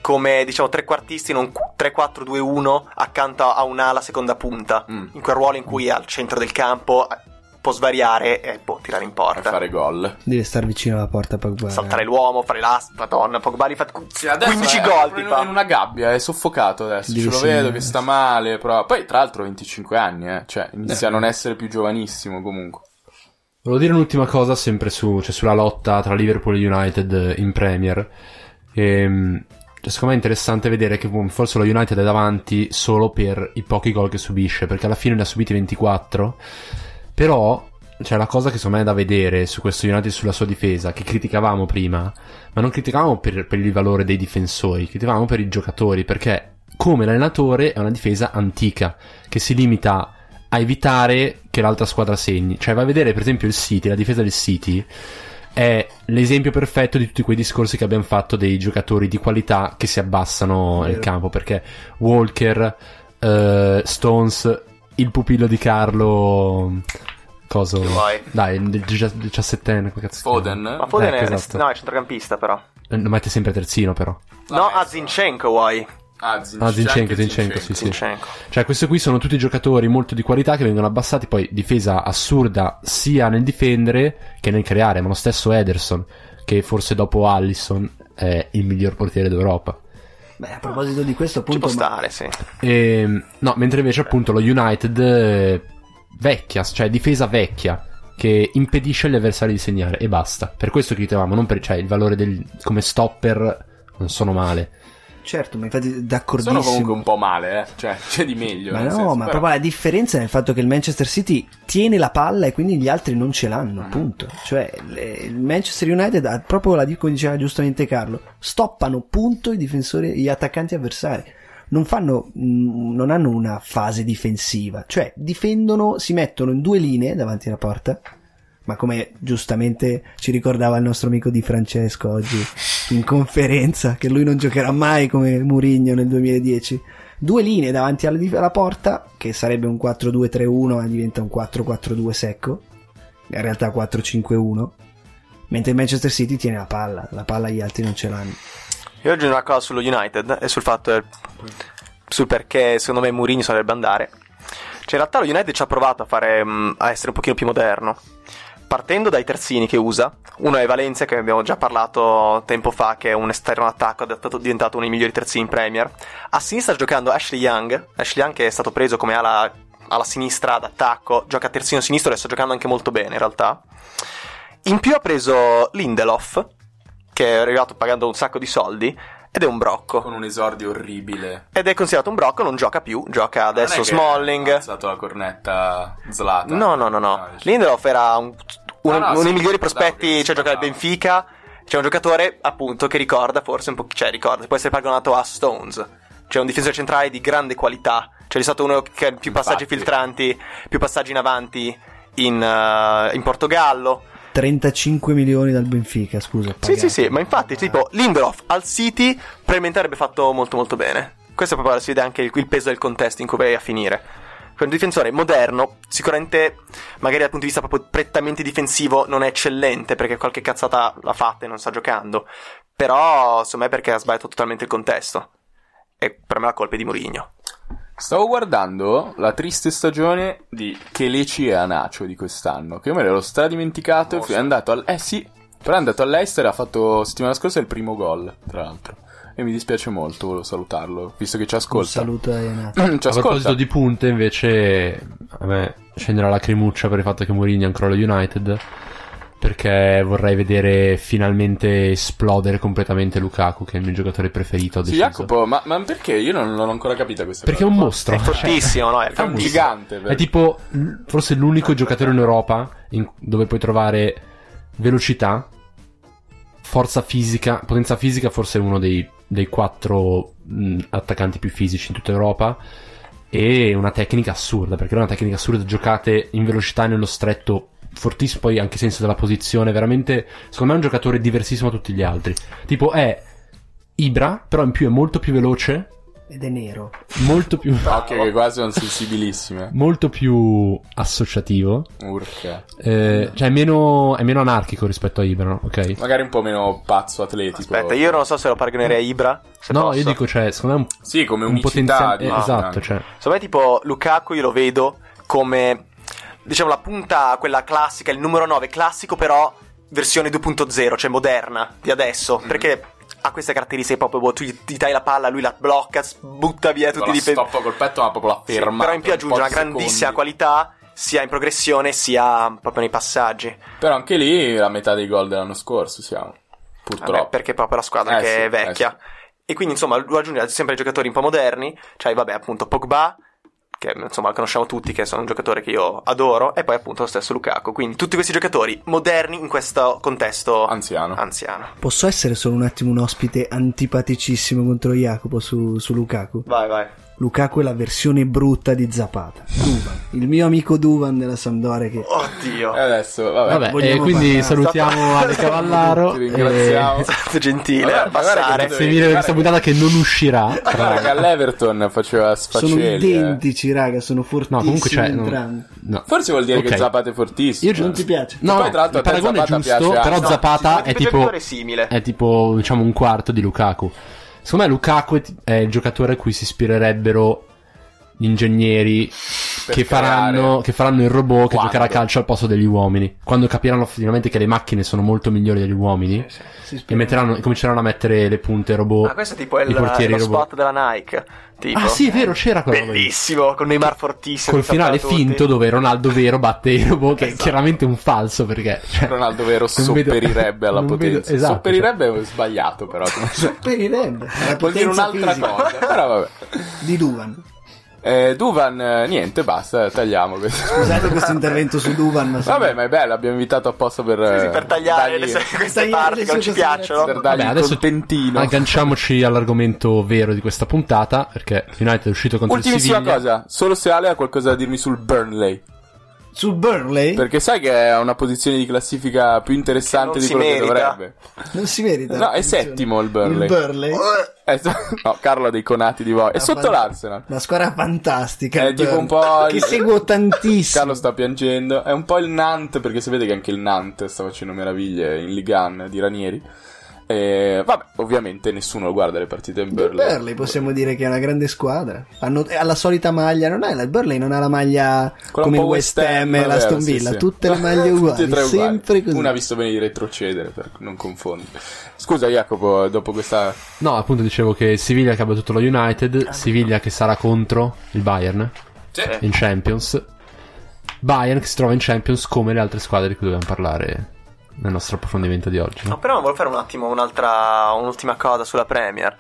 S3: come diciamo trequartisti in un 3-4-2-1 accanto a un'ala seconda punta.
S2: Mm.
S3: In quel ruolo in cui è al centro del campo eh, può svariare e può tirare in
S2: Per
S3: porta.
S2: fare gol.
S4: Deve stare vicino alla porta Pogba.
S3: Saltare l'uomo, fare l'asta, madonna, Pogba li fa qu- 15 gol ti
S2: in,
S3: fa.
S2: in una gabbia, è soffocato adesso.
S4: Dice
S2: Ce lo
S4: sì,
S2: vedo che
S4: eh.
S2: sta male. Però... Poi, tra l'altro, 25 anni, eh. cioè inizia a non essere più giovanissimo comunque.
S1: Volevo dire un'ultima cosa sempre su, cioè sulla lotta tra Liverpool e United eh, in Premier. Ehm, cioè, secondo me è interessante vedere che boh, forse lo United è davanti solo per i pochi gol che subisce, perché alla fine ne ha subiti 24. Però, cioè, la cosa che secondo me è da vedere su questo United e sulla sua difesa, che criticavamo prima, ma non criticavamo per, per il valore dei difensori, criticavamo per i giocatori, perché come l'allenatore è una difesa antica, che si limita a evitare che l'altra squadra segni. Cioè, vai a vedere, per esempio, il City, la difesa del City è l'esempio perfetto di tutti quei discorsi che abbiamo fatto dei giocatori di qualità che si abbassano nel
S4: Vero.
S1: campo. Perché Walker, eh, Stones, il pupillo di Carlo. Coso.
S3: Vai.
S1: Dai, il 17enne, come cazzo si chiama?
S2: Foden?
S3: Ma Foden è,
S1: Ecco, esatto.
S3: no, è centrocampista però.
S1: Eh, Lo mette sempre terzino, però.
S2: L'ha
S3: No, a
S2: messo.
S3: Zinchenko vuoi.
S2: Ah, Zinchenko,
S1: Ah, Zinchenko,
S2: anche
S1: Zinchenko, sì, sì.
S3: Zinchenko.
S1: Cioè, questi qui sono tutti giocatori molto di qualità che vengono abbassati. Poi difesa assurda sia nel difendere che nel creare. Ma lo stesso Ederson, che forse dopo Allison è il miglior portiere d'Europa.
S4: Beh, a proposito di questo,
S3: Ci
S4: appunto.
S3: può
S4: ma-
S3: stare, sì.
S1: E, Ehm, no, mentre invece appunto lo United eh, vecchia, cioè difesa vecchia, che impedisce agli avversari di segnare e basta. Per questo che dicevamo, non per cioè, il valore del, come stopper non sono male.
S4: Certo, ma infatti
S2: Sono
S4: d'accordissimo.
S2: comunque un po' male, eh. cioè c'è di meglio.
S4: Ma
S2: nel
S4: no,
S2: senso,
S4: ma
S2: però-
S4: proprio la differenza è il fatto che il Manchester City tiene la palla e quindi gli altri non ce l'hanno,
S2: Mm.
S4: punto. Cioè, le- il Manchester United ha proprio la come diceva giustamente Carlo, stoppano punto i difensori, gli attaccanti avversari. Non fanno, mh, non hanno una fase difensiva, cioè difendono, si mettono in due linee davanti alla porta. Ma come giustamente ci ricordava il nostro amico Di Francesco oggi in conferenza, che lui non giocherà mai come Murigno nel 2010 due linee davanti alla, alla porta, che sarebbe un 4-2-3-1, ma diventa un 4-4-2 secco, in realtà 4-5-1, mentre il Manchester City tiene la palla, la palla gli altri non ce l'hanno.
S3: Io aggiungo una cosa sullo United e sul fatto del- sul perché secondo me Mourinho sarebbe andare. Cioè, in realtà lo United ci ha provato a, fare, mh, a essere un pochino più moderno. Partendo dai terzini che usa, uno è Valencia, che abbiamo già parlato tempo fa, che è un esterno attacco, è stato- diventato uno dei migliori terzini in Premier. A sinistra sta giocando Ashley Young, Ashley Young che è stato preso come ala, ala sinistra d'attacco, gioca a terzino sinistro e sta giocando anche molto bene in realtà. In più ha preso Lindelof, che è arrivato pagando un sacco di soldi, ed è un brocco.
S2: Con un esordio orribile.
S3: Ed è considerato un brocco, non gioca più, gioca adesso
S2: Non è che
S3: Smalling.
S2: Ha alzato la cornetta Zlata. Ah,
S3: No, no, no, no.
S2: dici-
S3: Lindelof era un- uno,
S2: No, no,
S3: uno
S2: sì,
S3: dei
S2: ricordavo
S3: migliori
S2: che
S3: prospetti,
S2: si
S3: cioè giocare al
S2: parlava.
S3: Benfica. C'è un giocatore, appunto, che ricorda forse un po'. Cioè, ricorda, può essere paragonato a Stones. Cioè, un difensore centrale di grande qualità. Cioè, è stato uno che ha più passaggi
S2: Infatti.
S3: filtranti, più passaggi in avanti in, eh, in Portogallo.
S4: 35 milioni dal Benfica, scusa.
S3: Sì,
S4: pagati.
S3: sì, sì, ma infatti, tipo, Lindelof al City probabilmente avrebbe fatto molto molto bene. Questo proprio si vede anche il, il peso del contesto in cui vai a finire. Per un difensore moderno, sicuramente, magari dal punto di vista proprio prettamente difensivo, non è eccellente perché qualche cazzata l'ha fatta e non sta giocando. Però, secondo me, è perché ha sbagliato totalmente il contesto. E per me la colpa è di Mourinho.
S2: Stavo guardando la triste stagione di Keleci e Anacio di quest'anno, che io me l'ero stradimenticato e fu- è andato al... Eh sì, però è andato all'Ester ha fatto settimana scorsa il primo gol, tra l'altro. E mi dispiace molto, volevo salutarlo, visto che ci
S4: Un
S2: ascolta.
S4: saluto a Renato.
S2: ci
S1: A proposito
S2: ascolta.
S1: di punte, invece, a me scende la lacrimuccia per il fatto che Mourinho è ancora lo United. Perché vorrei vedere finalmente esplodere completamente Lukaku, che è il mio giocatore preferito. Ho
S2: Sì,
S1: deciso.
S2: Jacopo, ma, ma perché? Io non, non l'ho ancora capita questa
S1: Perché è un
S2: cosa.
S1: mostro. cioè,
S3: È fortissimo, no? È
S2: È un
S1: mostro.
S2: gigante. per-
S1: È tipo l- forse l'unico giocatore in Europa in- dove puoi trovare velocità, forza fisica, potenza fisica, forse uno dei, dei quattro mh, attaccanti più fisici in tutta Europa. E una tecnica assurda, perché era una tecnica assurda. Giocate in velocità nello stretto fortissimo, poi anche senso della posizione, veramente, secondo me è un giocatore diversissimo a tutti gli altri. Tipo è Ibra, però in più è molto più veloce,
S4: Ed è nero.
S1: molto più,
S2: Occhio che quasi sono sensibilissime.
S1: molto più associativo,
S2: Urca.
S1: eh, cioè è meno, è meno anarchico rispetto a Ibra, no? ok?
S2: Magari un po' meno pazzo atletico.
S3: Aspetta, io non so se lo paragonerei a Ibra. se
S1: No,
S3: posso.
S1: io dico, cioè, secondo me è un,
S2: Sì, come
S1: un
S2: unicità
S1: potenziale...
S2: di
S1: eh,
S2: Milan.
S1: esatto, cioè...
S3: Secondo me, tipo, Lukaku io lo vedo come, diciamo, la punta, quella classica, il numero 9 classico, però versione 2.0, cioè moderna, di adesso.
S2: Mhm.
S3: Perché ha queste caratteristiche proprio, boh, tu gli, gli dai la palla, lui la blocca, s- butta via tutti
S2: la
S3: i dipendenti.
S2: stoppa col petto, ma proprio la
S3: Sì,
S2: ferma.
S3: però in più
S2: per
S3: aggiunge una
S2: pochi
S3: grandissima
S2: secondi.
S3: qualità, sia in progressione, sia proprio nei passaggi.
S2: Però anche lì la metà dei gol dell'anno scorso siamo. Purtroppo.
S3: Vabbè, perché è proprio la squadra
S2: Eh
S3: che
S2: sì,
S3: è vecchia. E quindi, insomma, lo aggiunge sempre ai giocatori un po' moderni. Cioè, vabbè, appunto, Pogba, che insomma lo conosciamo tutti, che sono un giocatore che io adoro, e poi appunto lo stesso Lukaku. Quindi tutti questi giocatori moderni in questo contesto
S2: Anziano.
S3: Ah, anziano.
S4: Posso essere solo un attimo un ospite antipaticissimo contro Jacopo su, su Lukaku?
S3: Vai, vai.
S4: Lukaku è la versione brutta di Zapata. Duvan, il mio amico Duvan della Sampdoria che...
S3: Oddio.
S2: E adesso, vabbè.
S1: Vabbè,
S4: vogliamo
S1: e quindi
S4: parlare.
S1: salutiamo Ale Cavallaro.
S2: Ti
S1: e-
S2: ringraziamo.
S3: Stato gentile
S2: Vabbè,
S3: a passare.
S2: guarda
S1: Se viene per questa puntata che non uscirà. tra
S2: Guarda che
S1: l'altro.
S2: all'Everton faceva
S4: Sono
S2: sfaccelli. eh. cioè,
S4: identici, raga, sono fortissimi
S1: No, comunque c'è. non-
S4: entrambi.
S1: no.
S2: Forse vuol dire
S1: Ok.
S2: che Zapata è fortissimo. eh.
S1: Io gi-
S4: Non ti piace?
S1: No,
S2: Poi,
S1: no,
S2: tra l'altro,
S1: il
S2: a te
S1: paragone è
S2: Zapata
S1: giusto,
S2: piace eh.
S1: però
S2: anche.
S1: Zapata è tipo,
S3: giocatore simile.
S1: è tipo, diciamo, un quarto di Lukaku. Secondo me Lukaku è, ti- è il giocatore a cui si ispirerebbero gli ingegneri
S2: Per
S1: che faranno,
S2: creare.
S1: che faranno il robot che
S2: Quando?
S1: giocherà a calcio al posto degli uomini. Quando capiranno finalmente che le macchine sono molto migliori degli uomini.
S4: Si
S1: E,
S4: spiega.
S1: metteranno, e cominceranno a mettere le punte robot.
S3: Ah, questo tipo è
S1: i
S3: il,
S1: portieri
S3: lo
S1: robot.
S3: spot della Nike. Tipo.
S1: Ah, sì, è vero, c'era quello.
S3: Bellissimo, con Neymar fortissimo.
S1: Col finale
S3: saltava tutti.
S1: finto dove Ronaldo vero batte il robot, che
S3: Esatto.
S1: è chiaramente un falso perché. cioè,
S2: Ronaldo Vero
S1: non vedo-
S2: sopperirebbe alla
S1: non
S2: potenza.
S1: vedo- esatto,
S2: sopperirebbe è sbagliato, però.
S4: Sopperirebbe. La
S2: Vuol dire
S4: potenza
S2: un'altra
S4: fisica
S2: cosa. Però vabbè.
S4: Di Duvan.
S2: Eh, Duvan, eh, niente, basta, tagliamo questo.
S4: Scusate questo intervento su Duvan, ma
S2: Vabbè, ma è bello, abbiamo invitato apposta per,
S3: Sì, sì,
S2: eh,
S3: per tagliare
S2: dargli-
S3: le- queste
S4: Tagliare
S3: parti
S4: le
S3: che non
S4: sue
S3: ci piacciono.
S2: per dargli
S1: Vabbè,
S2: il
S1: adesso
S2: contentino.
S1: Agganciamoci all'argomento vero di questa puntata, perché United è uscito contro il
S2: Ultimissima
S1: Siviglia.
S2: cosa, solo se Ale ha qualcosa da dirmi sul Burnley.
S4: su Burnley
S2: Perché sai che ha una posizione di classifica più interessante
S3: Che non
S2: di
S3: si
S2: quello che
S3: merita.
S2: dovrebbe.
S4: non si merita.
S2: No, è
S4: attenzione.
S2: settimo il Burnley.
S4: Il Burnley.
S2: Eh, so- no, Carlo ha dei conati di voi. È
S4: Una
S2: sotto
S4: fan-
S2: l'Arsenal.
S4: Una squadra fantastica.
S2: È
S4: il
S2: tipo un
S4: Burnley,
S2: po'
S4: Che
S2: il-
S4: seguo tantissimo.
S2: Carlo sta piangendo. È un po' il Nant, perché sapete che anche il Nant sta facendo meraviglie in Ligue 1 di Ranieri. E, vabbè, ovviamente nessuno guarda le partite in
S4: Il
S2: Burnley.
S4: Burnley possiamo dire che è una grande squadra. Hanno ha la solita maglia, non è la il Burnley non ha la maglia
S2: Quella un
S4: come
S2: po'
S4: West Ham e
S2: vero,
S4: la Stone
S2: sì,
S4: Villa,
S2: sì.
S4: tutte le maglie
S2: Tutte
S4: uguali,
S2: e tre uguali.
S4: sempre così.
S2: Una ha visto bene di retrocedere, per non confondere. Scusa Jacopo, dopo questa...
S1: No, appunto dicevo che Siviglia che ha battuto lo
S2: Ah,
S1: United, Siviglia che sarà contro il Bayern
S3: Sì.
S1: in Champions. Bayern che si trova in Champions come le altre squadre di cui dobbiamo parlare nel nostro approfondimento di oggi.
S3: No, però volevo fare un attimo un'altra, un'ultima cosa sulla Premier.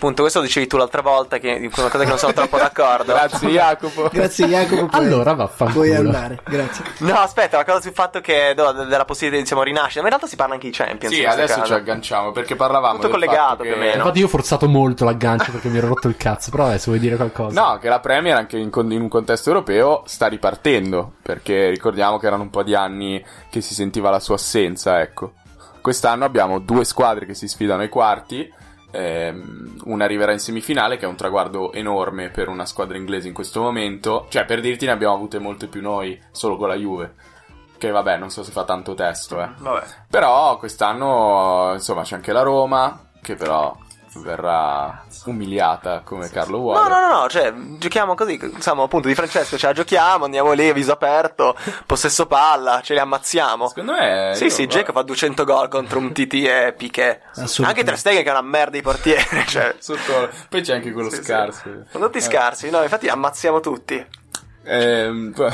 S3: Appunto, questo lo dicevi tu l'altra volta, che di una cosa che non sono troppo d'accordo.
S2: Grazie Jacopo.
S4: Grazie Jacopo. puoi-
S1: Allora, vaffanculo.
S4: Puoi andare, grazie.
S3: No, aspetta, la cosa sul fatto che no, de- della possibilità di diciamo, rinascita, ma in realtà si parla anche di Champions.
S2: Sì,
S3: in questo
S2: adesso ci
S3: caso.
S2: agganciamo perché parlavamo
S3: Tutto
S2: del
S3: collegato,
S2: fatto che-
S3: più o meno.
S1: Infatti, io ho forzato molto l'aggancio perché mi ero rotto il cazzo. Però adesso vuoi dire qualcosa?
S2: No, che la Premier anche in, con- in un contesto europeo sta ripartendo, perché ricordiamo che erano un po' di anni che si sentiva la sua assenza, ecco. Quest'anno abbiamo due squadre che si sfidano ai quarti, ehm, una arriverà in semifinale che è un traguardo enorme per una squadra inglese in questo momento, cioè per dirti ne abbiamo avute molte più noi solo con la Juve, che vabbè non so se fa tanto testo, eh.
S3: Vabbè.
S2: Però quest'anno, insomma, c'è anche la Roma, che però verrà umiliata come Carlo vuole.
S3: No, no, no, no, cioè, giochiamo così, diciamo, appunto, di Francesco ce la giochiamo, andiamo lì, viso aperto, possesso palla, ce li ammazziamo.
S2: Secondo me...
S3: Sì,
S2: io-
S3: sì, Jacob fa 200 gol contro un TT e Piquet.
S4: Assolutamente.
S3: Anche Ter Stegen che è una merda di portiere, cioè...
S2: eh. Sotto- Poi c'è anche quello
S3: Sì, sì.
S2: scarso.
S3: Sono tutti
S2: Eh.
S3: scarsi, no, infatti ammazziamo tutti.
S2: Ehm, p-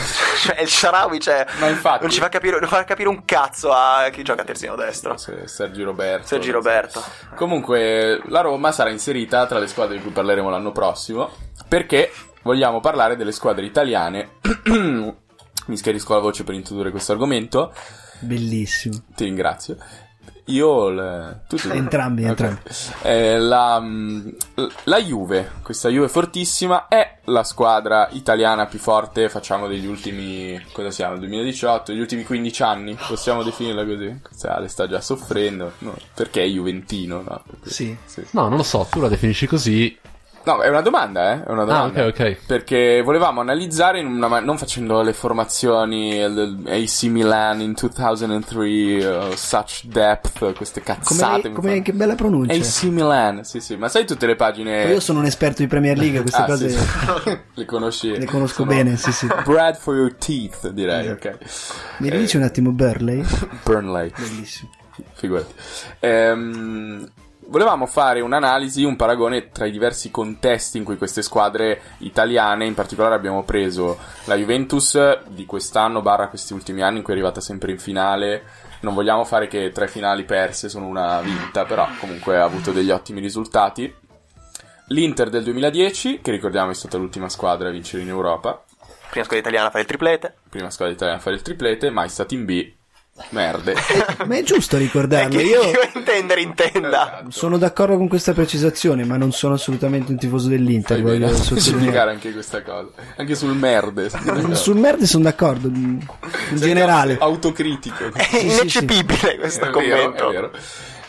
S3: Cioè, il Sharawi, cioè,
S2: Ma infatti-
S3: non ci fa capire, non fa capire un cazzo a chi gioca a terzino destro.
S2: se- Sergio Roberto.
S3: Sergi Roberto.
S2: Comunque, la Roma sarà inserita tra le squadre di cui parleremo l'anno prossimo. Perché vogliamo parlare delle squadre italiane. Mi schiarisco la voce per introdurre questo argomento.
S4: Bellissimo.
S2: Ti ringrazio. Io o il- tu, tu?
S4: Entrambi,
S2: Ok.
S4: entrambi.
S2: Eh, la, mm, la Juve, questa Juve fortissima, è la squadra italiana più forte, facciamo degli ultimi, cosa siamo, 2018, degli ultimi 15 anni, possiamo definirla così? Questa Ale sta già soffrendo, no, perché è Juventino, no? Perché-
S4: Sì.
S1: No, non lo so, tu la definisci così.
S2: No, è una domanda, eh? È una
S1: Ah,
S2: domanda.
S1: ok, ok.
S2: Perché volevamo analizzare, in una ma- non facendo le formazioni il- il AC Milan in 2003, uh, such depth, queste
S4: Come,
S2: cazzate. mi
S4: come-
S2: fanno-
S4: che bella pronuncia.
S2: AC Milan, sì sì, ma sai tutte le pagine...
S4: Io sono un esperto di Premier League, queste
S2: Ah,
S4: cose
S2: sì, sì. le conosci?
S4: le conosco
S2: Sono
S4: bene, sì, sì.
S2: Bread for your teeth, direi, ok. Eh.
S4: Mi ridici un attimo Burley?
S2: Burnley.
S4: Bellissimo.
S2: figurati. Ehm, volevamo fare un'analisi, un paragone tra i diversi contesti in cui queste squadre italiane, in particolare abbiamo preso la Juventus di quest'anno, barra questi ultimi anni in cui è arrivata sempre in finale. Non vogliamo fare che tre finali perse sono una vinta, però comunque ha avuto degli ottimi risultati. L'Inter del 2010, che ricordiamo è stata l'ultima squadra a vincere in Europa,
S3: Prima squadra italiana a fare il triplete.
S2: prima squadra italiana a fare il triplete, mai stati in B, merde.
S4: Ma è giusto
S3: Eh,
S4: ricordarlo.
S3: chi
S4: Io
S3: chi vuole intendere, intenda.
S2: Eh,
S4: sono d'accordo con questa precisazione, ma non sono assolutamente un tifoso dell'Inter.
S2: Fai bene
S4: Voglio
S2: a
S4: sottolineare.
S2: specificare anche questa cosa. Anche sul merde.
S4: Sul merda sono d'accordo, in generale.
S2: Oh, Autocritico.
S3: È
S4: Sì, sì,
S3: ineccepibile questo
S2: È vero,
S3: commento.
S2: è vero.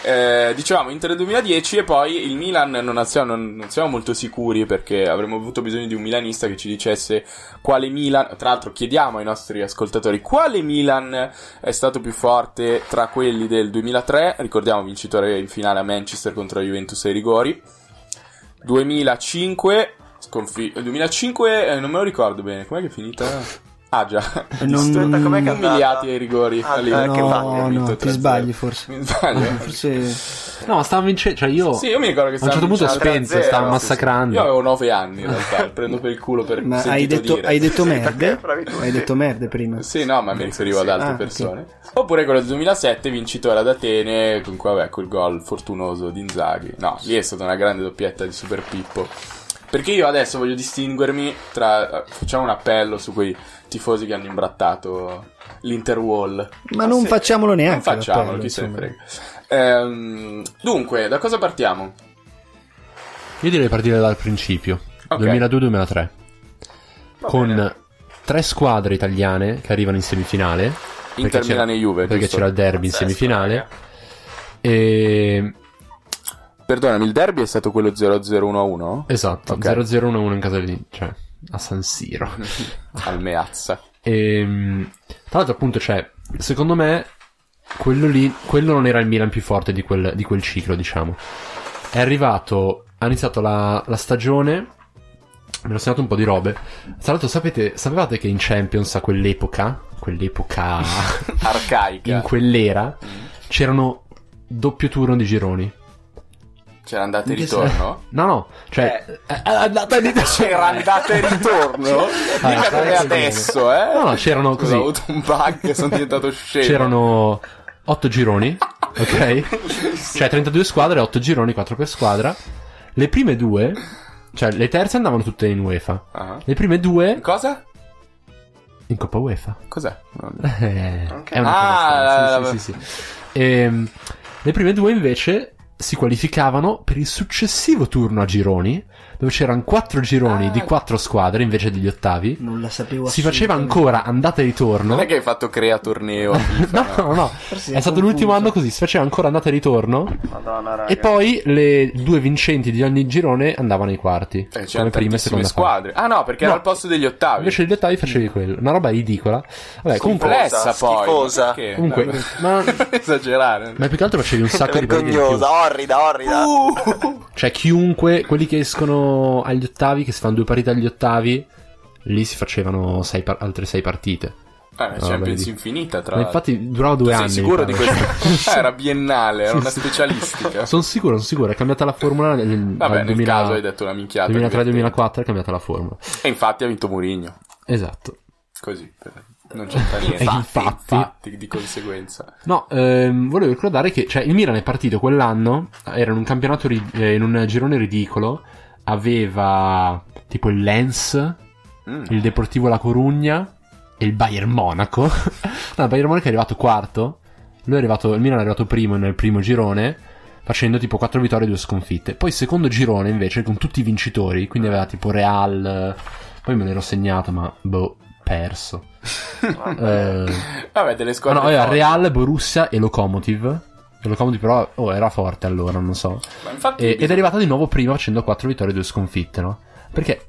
S2: Eh, dicevamo Inter 2010 e poi il Milan non siamo, non- non siamo molto sicuri perché avremmo avuto bisogno di un milanista che ci dicesse quale Milan, tra l'altro chiediamo ai nostri ascoltatori quale Milan è stato più forte tra quelli del 2003, ricordiamo vincitore in finale a Manchester contro la Juventus ai rigori, 2005, sconfi- 2005 eh, non me lo ricordo bene, com'è che è finita? Ah già,
S4: Non-
S3: Distrutta com'è che è andata?
S2: umiliati ai rigori.
S3: Ah,
S2: lì.
S3: eh, che
S4: No,
S3: palle,
S2: Ho vinto
S4: no, ti
S2: 3-0.
S4: sbagli forse.
S2: Mi sbaglio.
S4: Ah, Forse Oh,
S1: No, ma stavano vincendo. Cioè, io.
S2: Sì, io mi ricordo che
S1: A un certo punto
S2: vincendo
S1: Spencer
S2: 3-0,
S1: stava
S2: sì, sì.
S1: massacrando.
S2: Io avevo 9 anni in realtà, prendo per il culo per
S4: Ma
S2: sentito
S4: hai detto,
S2: dire.
S4: hai detto merde?
S3: perché bravi tutti.
S4: Hai detto merde prima.
S2: Sì, no, ma mi riferivo ad altre
S4: Ah,
S2: persone. Oppure quello del 2007, vincitore ad Atene, con cui, vabbè, col gol fortunoso di Inzaghi. No, lì è stata una grande doppietta di Super Pippo. Perché io adesso voglio distinguermi tra... Facciamo un appello su quei tifosi che hanno imbrattato l'Interwall.
S4: Ma non
S2: se-
S4: facciamolo
S2: Non
S4: neanche.
S2: facciamolo,
S4: l'appello,
S2: chi se ne
S4: insomma.
S2: frega. Ehm, dunque, da cosa partiamo?
S1: Io direi partire dal principio.
S2: Ok.
S1: 2002-2003.
S2: Va
S1: con
S2: bene.
S1: tre squadre italiane che arrivano in semifinale. perché
S2: Inter,
S1: c'era-
S2: Milan e Juve.
S1: Perché
S2: giusto?
S1: c'era il derby in
S2: Pazzesco,
S1: semifinale.
S2: raga.
S1: E...
S2: Perdonami, il derby è stato quello 0-0-1-1?
S1: Esatto,
S2: Ok.
S1: 0-0-1-1 in casa di... Cioè, a San Siro.
S2: Al Meazza.
S1: Ehm, tra l'altro, appunto, cioè, secondo me, quello lì, quello non era il Milan più forte di quel, di quel ciclo, diciamo. È arrivato, ha iniziato la, la stagione. Mi ero segnato un po' di robe. Tra l'altro, sapete, sapevate che in Champions a quell'epoca, quell'epoca,
S2: Arcaica.
S1: in quell'era, c'erano doppio turno di gironi.
S2: C'era andata e
S4: In che
S2: ritorno?
S1: No, no, cioè, è andata lì
S2: C'era andata e ritorno? Mica
S1: sta
S2: come
S1: adesso
S2: adesso, eh?
S1: No, no, c'erano
S2: Scusa,
S1: così.
S2: Ho avuto un bug e sono diventato scemo.
S1: C'erano 8 gironi, ok? Cioè 32 squadre, 8 gironi, 4 per squadra. Le prime due, cioè le terze andavano tutte in UEFA.
S2: Ah.
S1: Le prime due
S2: Cosa?
S1: in Coppa UEFA.
S2: Cos'è? Non-
S1: Eh, È una
S2: Ah,
S1: cosa strana, sì, sì, sì, sì. Ehm, le prime due invece si qualificavano per il successivo turno a gironi, dove c'erano 4 gironi
S2: Ah.
S1: di 4 squadre invece degli ottavi.
S4: Non la sapevo
S1: Si faceva
S4: assolutamente.
S1: ancora andata e ritorno.
S2: Non è che hai fatto crea torneo. Cioè,
S1: No, no, no.
S4: Forse
S1: È
S4: è
S1: stato
S4: confuso.
S1: l'ultimo anno così, si faceva ancora andata e ritorno. E poi le due vincenti di ogni girone andavano ai quarti.
S2: Eh, c'erano
S1: come prima e
S2: tantissime
S1: seconda squadra.
S2: squadre. Ah no, perché era
S1: No.
S2: al posto degli ottavi.
S1: Invece gli ottavi facevi quello. Una roba ridicola. Vabbè, comunque.
S2: Complessa poi.
S3: Schifosa.
S2: Perché?
S1: Comunque,
S2: Vabbè.
S1: ma,
S2: Esagerare.
S1: ma più che altro facevi un sacco di partite in più.
S3: Vergognosa, orrida, orrida.
S4: Uh!
S2: Uh.
S1: Cioè, chiunque, quelli che escono agli ottavi, che si fanno due partite agli ottavi, lì si facevano sei par- altre sei partite.
S2: Ah, è
S1: Ah,
S2: Champions
S1: vedi.
S2: infinita, tra
S1: Ma infatti durava due
S2: Tu
S1: anni.
S2: Sei sicuro di
S1: quello?
S2: questo? Ah, era biennale, era una specialistica.
S1: Sono sicuro, sono sicuro. È cambiata la formula nel,
S2: Vabbè,
S1: dal
S2: nel
S1: 2000
S2: caso hai detto una minchiata.
S1: 2003-2004 è cambiata la formula.
S2: E infatti ha vinto Mourinho.
S1: Esatto.
S2: Così, per- non c'entra niente.
S1: Infatti.
S2: infatti, di conseguenza.
S1: No, ehm, volevo ricordare che cioè, il Milan è partito quell'anno, era in un campionato, ri- eh, in un girone ridicolo, aveva tipo il Lens,
S2: Mm.
S1: il Deportivo La Corugna e il Bayern Monaco. no, il Bayern Monaco è arrivato quarto Lui è arrivato, il Milan è arrivato primo nel primo girone, facendo tipo 4 vittorie e 2 sconfitte. Poi il secondo girone invece con tutti i vincitori, quindi aveva tipo Real, poi me l'ero segnato ma boh, perso. Eh,
S2: Vabbè, delle
S1: ah,
S2: squadre.
S1: no, aveva
S2: forti.
S1: Real, Borussia e Locomotive. E Locomotive però oh, era forte allora, non so.
S2: Ma infatti,
S1: E- ed è arrivato di nuovo prima facendo 4 vittorie e 2 sconfitte, no? Perché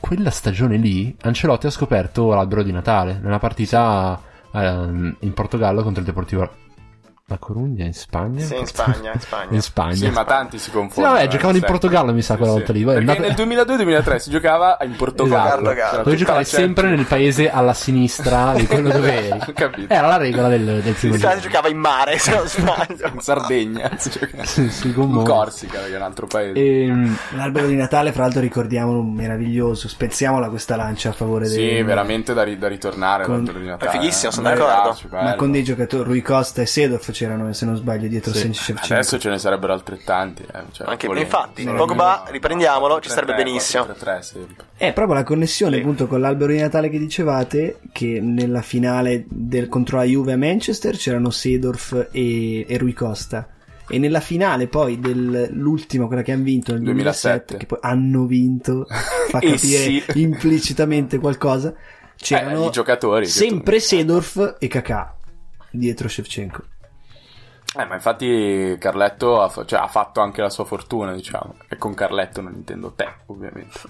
S1: quella stagione lì Ancelotti ha scoperto l'albero di Natale nella partita ehm, in Portogallo contro il Deportivo La Corugna in Spagna?
S3: Sì, in Spagna, in Spagna.
S1: In Spagna.
S2: Sì, ma tanti si
S1: Sì,
S2: confondono.
S1: vabbè,
S2: eh,
S1: giocavano in
S2: sempre.
S1: Portogallo, mi sa,
S2: Sì,
S1: quella
S2: sì.
S1: volta lì. Poi è
S2: Perché
S1: andata-
S2: nel 2002-2003 si giocava in Portogallo.
S1: Esatto.
S2: C'era
S1: Dovevi
S2: tutta
S1: giocare
S2: la gente-
S1: sempre nel paese alla sinistra di quello dove eri.
S2: Ho capito.
S1: Era la regola del, del primo
S3: Si sa, si
S1: giro.
S3: giocava in mare, se non sbaglio.
S2: In Sardegna si giocava.
S1: Sì, sì, con
S2: In
S1: Monza.
S2: Corsica, che è un altro paese.
S1: Ehm,
S4: L'albero di Natale, fra l'altro, ricordiamolo, meraviglioso. Spezziamola questa lancia a favore
S2: Sì,
S4: dei.
S2: veramente da, ri- da ritornare.
S4: Con-
S2: l'altro di Natale.
S3: È fighissimo, sono
S2: Bello,
S3: d'accordo.
S2: bello.
S4: Ma con dei giocatori, Rui Costa e Sedorf c'erano, se non sbaglio, dietro
S1: Sì.
S4: Sensi Shevchenko.
S2: Adesso ce ne sarebbero altrettanti. eh, cioè,
S3: Anche-
S2: volendo.
S3: infatti,
S2: Solo
S3: Pogba,
S2: che-
S3: riprendiamolo, ci starebbe
S2: 3-3,
S3: benissimo.
S2: 4-3-3 sempre.
S4: È proprio la connessione
S3: Sì.
S4: appunto con l'albero di Natale che dicevate, che nella finale del contro la Juve a Manchester c'erano Sedorf e, e Rui Costa. E nella finale poi dell'ultima, quella che hanno vinto nel
S2: 2007,
S4: 2007, che poi hanno vinto, fa
S2: Eh
S4: capire
S2: sì.
S4: implicitamente qualcosa, c'erano
S2: Eh, i giocatori che
S4: sempre Sedorf e Kakà dietro Shevchenko.
S2: Eh, ma infatti Carletto ha, fa- cioè, ha fatto anche la sua fortuna, diciamo. E con Carletto non intendo te, ovviamente.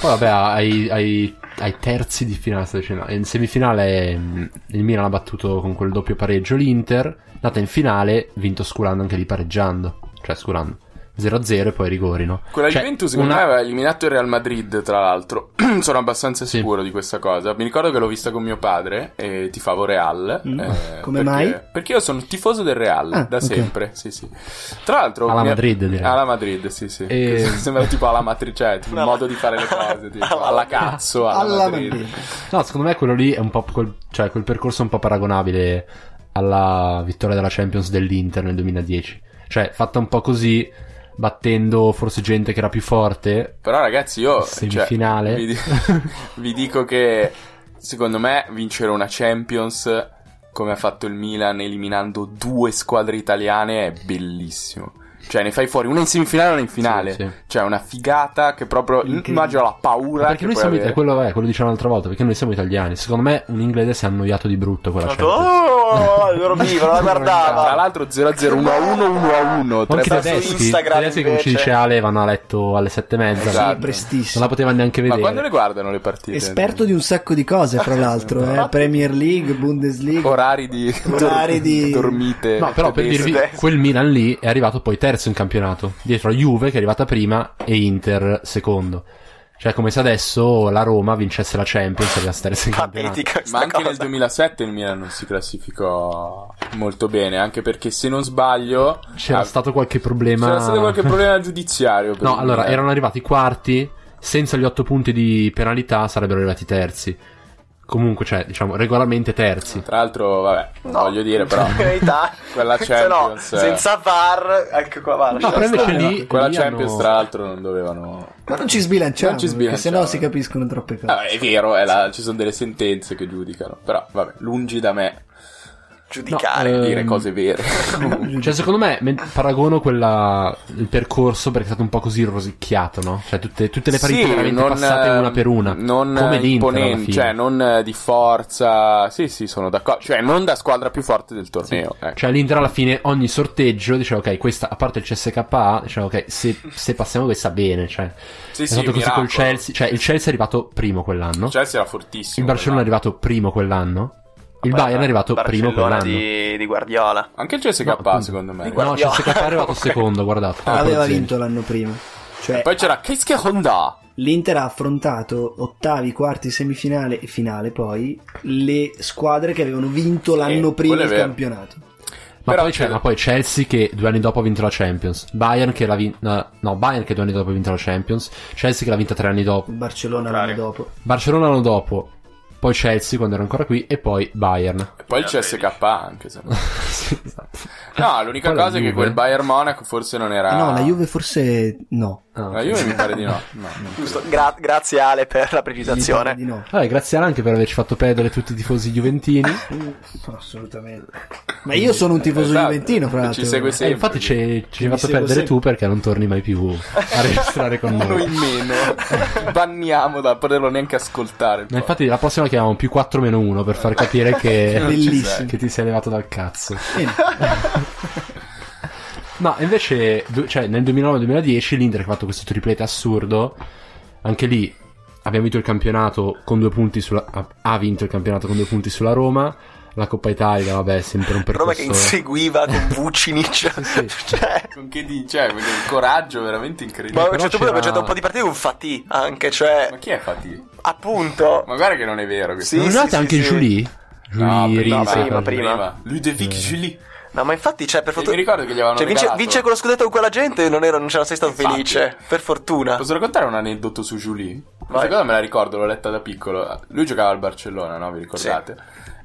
S1: Poi vabbè, ai, ai- ai terzi di finale, sto dicendo. in semifinale mh, il Milan ha battuto con quel doppio pareggio l'Inter, andata in finale, vinto sculando anche lì pareggiando, cioè sculando 0-0 e poi rigori, no?
S2: Quella
S1: Cioè,
S2: Juventus, secondo
S1: una-
S2: me, aveva eliminato il Real Madrid, tra l'altro. Sono abbastanza
S1: Sì.
S2: sicuro di questa cosa. Mi ricordo che l'ho vista con mio padre e tifavo Real.
S4: Mm.
S2: eh, perché-
S4: Come mai?
S2: Perché io sono tifoso del Real
S4: Ah,
S2: da
S4: ok.
S2: sempre. Sì, sì. Tra l'altro.
S1: Alla
S2: mia-
S1: Madrid, direi.
S2: Alla Madrid, sì, sì.
S1: E-
S2: Sembra tipo alla Madrid, cioè, tipo il
S3: Alla-
S2: modo di fare le cose. Tipo,
S3: Alla-
S2: alla cazzo, alla,
S4: Alla
S2: Madrid.
S4: Madrid.
S1: No, secondo me quello lì è un po' quel, cioè quel percorso un po' paragonabile alla vittoria della Champions dell'Inter nel 2010. Cioè, fatta un po' così, battendo forse gente che era più forte.
S2: Però, ragazzi, io. cioè,
S1: Semifinale.
S2: vi, di- vi dico che secondo me vincere una Champions come ha fatto il Milan eliminando due squadre italiane è bellissimo. Cioè, ne fai fuori una in semifinale e una in finale.
S1: Sì, sì.
S2: Cioè, una figata che proprio.
S4: Incredibile.
S2: Immagino la paura.
S1: Perché
S2: che
S1: noi
S2: puoi
S1: siamo
S2: avere.
S1: italiani, quello, è, quello diciamo l'altra volta, perché noi siamo italiani. Secondo me un inglese si è annoiato di brutto quella
S3: Tanto,
S1: Champions.
S3: Oh, loro vivono, la
S2: Tra
S3: guardava.
S2: l'altro 0-0, 1-1, 1-1.
S1: Ma anche i
S2: tre-
S3: su
S1: tedeschi, i
S3: Instagram,
S1: tedeschi come ci
S3: invece.
S1: dice Ale vanno a letto alle sette e mezza.
S2: Esatto.
S4: Sì, prestissimo.
S1: Non la poteva neanche
S2: Ma
S1: vedere.
S2: quando le guardano le partite?
S4: Esperto di un sacco di cose, fra l'altro, eh, Premier League, Bundesliga,
S2: Orari di.
S4: Orari di-
S2: Dormite.
S1: No, però per dirvi,
S3: tedeschi.
S1: quel Milan lì è arrivato poi terzo in campionato, dietro a Juve che è arrivata prima e Inter secondo. Cioè, come se adesso la Roma vincesse la Champions e arrivasse terza in campionato.
S3: Patetica questa
S2: Ma anche
S3: cosa.
S2: nel 2007 il Milan non si classificò molto bene, anche perché se non sbaglio
S1: C'era
S2: ah,
S1: stato qualche problema.
S2: c'era stato qualche problema giudiziario. eh, per
S1: No,
S2: il
S1: allora
S2: Milan.
S1: erano arrivati quarti, senza gli otto punti di penalità sarebbero arrivati terzi. Comunque, cioè, diciamo, regolarmente terzi.
S2: Tra l'altro, vabbè,
S3: No.
S2: voglio dire però...
S3: In verità,
S2: Quella
S3: se no,
S2: Champions, eh.
S3: senza VAR, anche qua va.
S1: No,
S3: lascia
S1: però invece
S3: stare.
S1: lì.
S2: Quella
S1: lì
S2: Champions,
S1: hanno-
S2: tra l'altro, non dovevano...
S4: Ma non ci sbilanciamo,
S2: Non ci
S4: perché
S2: sbilanciamo.
S4: sennò si capiscono troppe cose.
S2: Ah, è vero, è la- ci sono delle sentenze che giudicano, però vabbè, lungi da me
S3: Giudicare.
S1: No, eh,
S2: dire
S1: Ehm.
S2: cose vere.
S1: Cioè, secondo me, me- paragono quella, il percorso perché è stato un po' così rosicchiato, no? Cioè, tutte, tutte le partite
S2: Sì,
S1: veramente
S2: non,
S1: passate
S2: eh,
S1: una per una.
S2: Non
S1: come
S2: eh,
S1: l'Inter alla
S2: imponenti,
S1: fine.
S2: cioè non eh, di forza. Sì, sì, sono d'accordo. Cioè, non da squadra più forte del torneo. ecco.
S1: Cioè, l'Inter alla fine ogni sorteggio diceva, ok, questa, a parte il CSKA, diceva, ok, se, se passiamo questa bene, cioè.
S2: Sì,
S1: è
S2: sì,
S1: stato così
S2: miracolo. Cioè,
S1: col Chelsea, cioè il Chelsea è arrivato primo quell'anno,
S2: Il Chelsea era
S1: il
S2: fortissimo.
S1: Barcellona è
S2: quell'anno.
S1: arrivato primo quell'anno, il
S3: Vabbè,
S1: Bayern è arrivato primo
S3: Barcellona
S1: quell'anno.
S3: di, di Guardiola.
S2: esatto. Anche il CSK,
S1: No, appunto.
S2: secondo
S1: No,
S2: me.
S1: cioè- il
S3: Guardiola.
S1: CSKA è arrivato secondo, guardate.
S4: aveva
S1: Così.
S4: vinto l'anno prima. Cioè,
S2: Poi c'era Keisuke Honda.
S4: l'Inter ha affrontato ottavi, quarti, semifinale e finale poi le squadre che avevano vinto l'anno prima
S2: quello è
S4: il
S2: vero.
S4: campionato.
S1: Ma,
S2: Però
S1: poi c'è,
S2: c'è-
S1: ma poi Chelsea che due anni dopo ha vinto la Champions. Bayern che l'ha vinta. No, Bayern che due anni dopo ha vinto la Champions. Chelsea che l'ha vinta tre anni dopo.
S4: Il Barcellona l'anno
S3: Contrario.
S4: dopo.
S1: Barcellona l'anno dopo. Poi Chelsea quando era ancora qui. E poi Bayern.
S2: E poi il
S3: Eh,
S2: CSK anche, se no.
S1: Sì, esatto.
S2: No, l'unica
S1: Qual è la
S2: cosa è che
S1: Juve?
S2: quel Bayern Monaco forse non era.
S4: Eh, No, la Juve forse no.
S1: Ah,
S2: La Juve mi pare di no. no,
S1: Boh.
S2: no.
S3: Giusto. Gra- grazie Ale per la
S4: Mi pare
S3: precisazione.
S4: Di no.
S1: Vabbè, grazie anche per averci fatto perdere tutti i tifosi juventini.
S4: Assolutamente. Ma io sono un tifoso
S2: Esatto.
S4: juventino, fra l'altro.
S2: Ci segue
S1: E
S2: sempre.
S1: Eh, infatti ci ci hai fatto
S4: seguo
S1: perdere
S4: sempre.
S1: tu perché non torni mai più a registrare con
S2: Uno
S1: noi.
S2: in meno. Banniamo da poterlo neanche ascoltare.
S1: Ma infatti la prossima la chiamiamo più 4 meno 1 per far capire
S2: Non
S1: che,
S2: ci
S4: Bellissimo.
S1: che ti sei levato dal cazzo.
S4: Bene.
S1: No, invece, du- cioè, nel 2009-2010 l'Inter che ha fatto questo triplete assurdo. Anche lì abbiamo vinto il campionato con due punti sulla. ha- Ha vinto il campionato con due punti sulla Roma. La Coppa Italia, vabbè, è sempre un percorso.
S3: Roma che inseguiva con Vucinic.
S1: Sì,
S3: cioè,
S2: Con che di, cioè, quel coraggio veramente incredibile.
S3: ma a
S1: però
S3: un certo punto
S1: c'era-
S3: abbiamo giocato un po' di partite con Fatih anche, cioè,
S2: Ma chi è Fati?
S3: appunto.
S2: Ma guarda che non è vero. questo.
S3: Sì,
S1: non è
S3: sì,
S1: anche
S3: sì, sì.
S1: Julie?
S2: No,
S1: Julie
S2: prima,
S1: Risa,
S3: prima,
S1: cosa-
S3: prima.
S2: Ludovic
S1: Eh.
S2: Julie.
S3: No, ma infatti, cioè, per
S2: Sì,
S3: fortuna...
S2: mi ricordo che gli avevano
S3: Cioè, vince,
S2: regalato.
S3: vince con lo scudetto con quella gente non, ero, non c'era sei stato
S2: Infatti.
S3: felice. Per fortuna.
S2: Posso raccontare un aneddoto su Julie?
S3: Vai.
S2: Questa cosa me la ricordo, l'ho letta da piccolo. Lui giocava al Barcellona, no? Vi ricordate?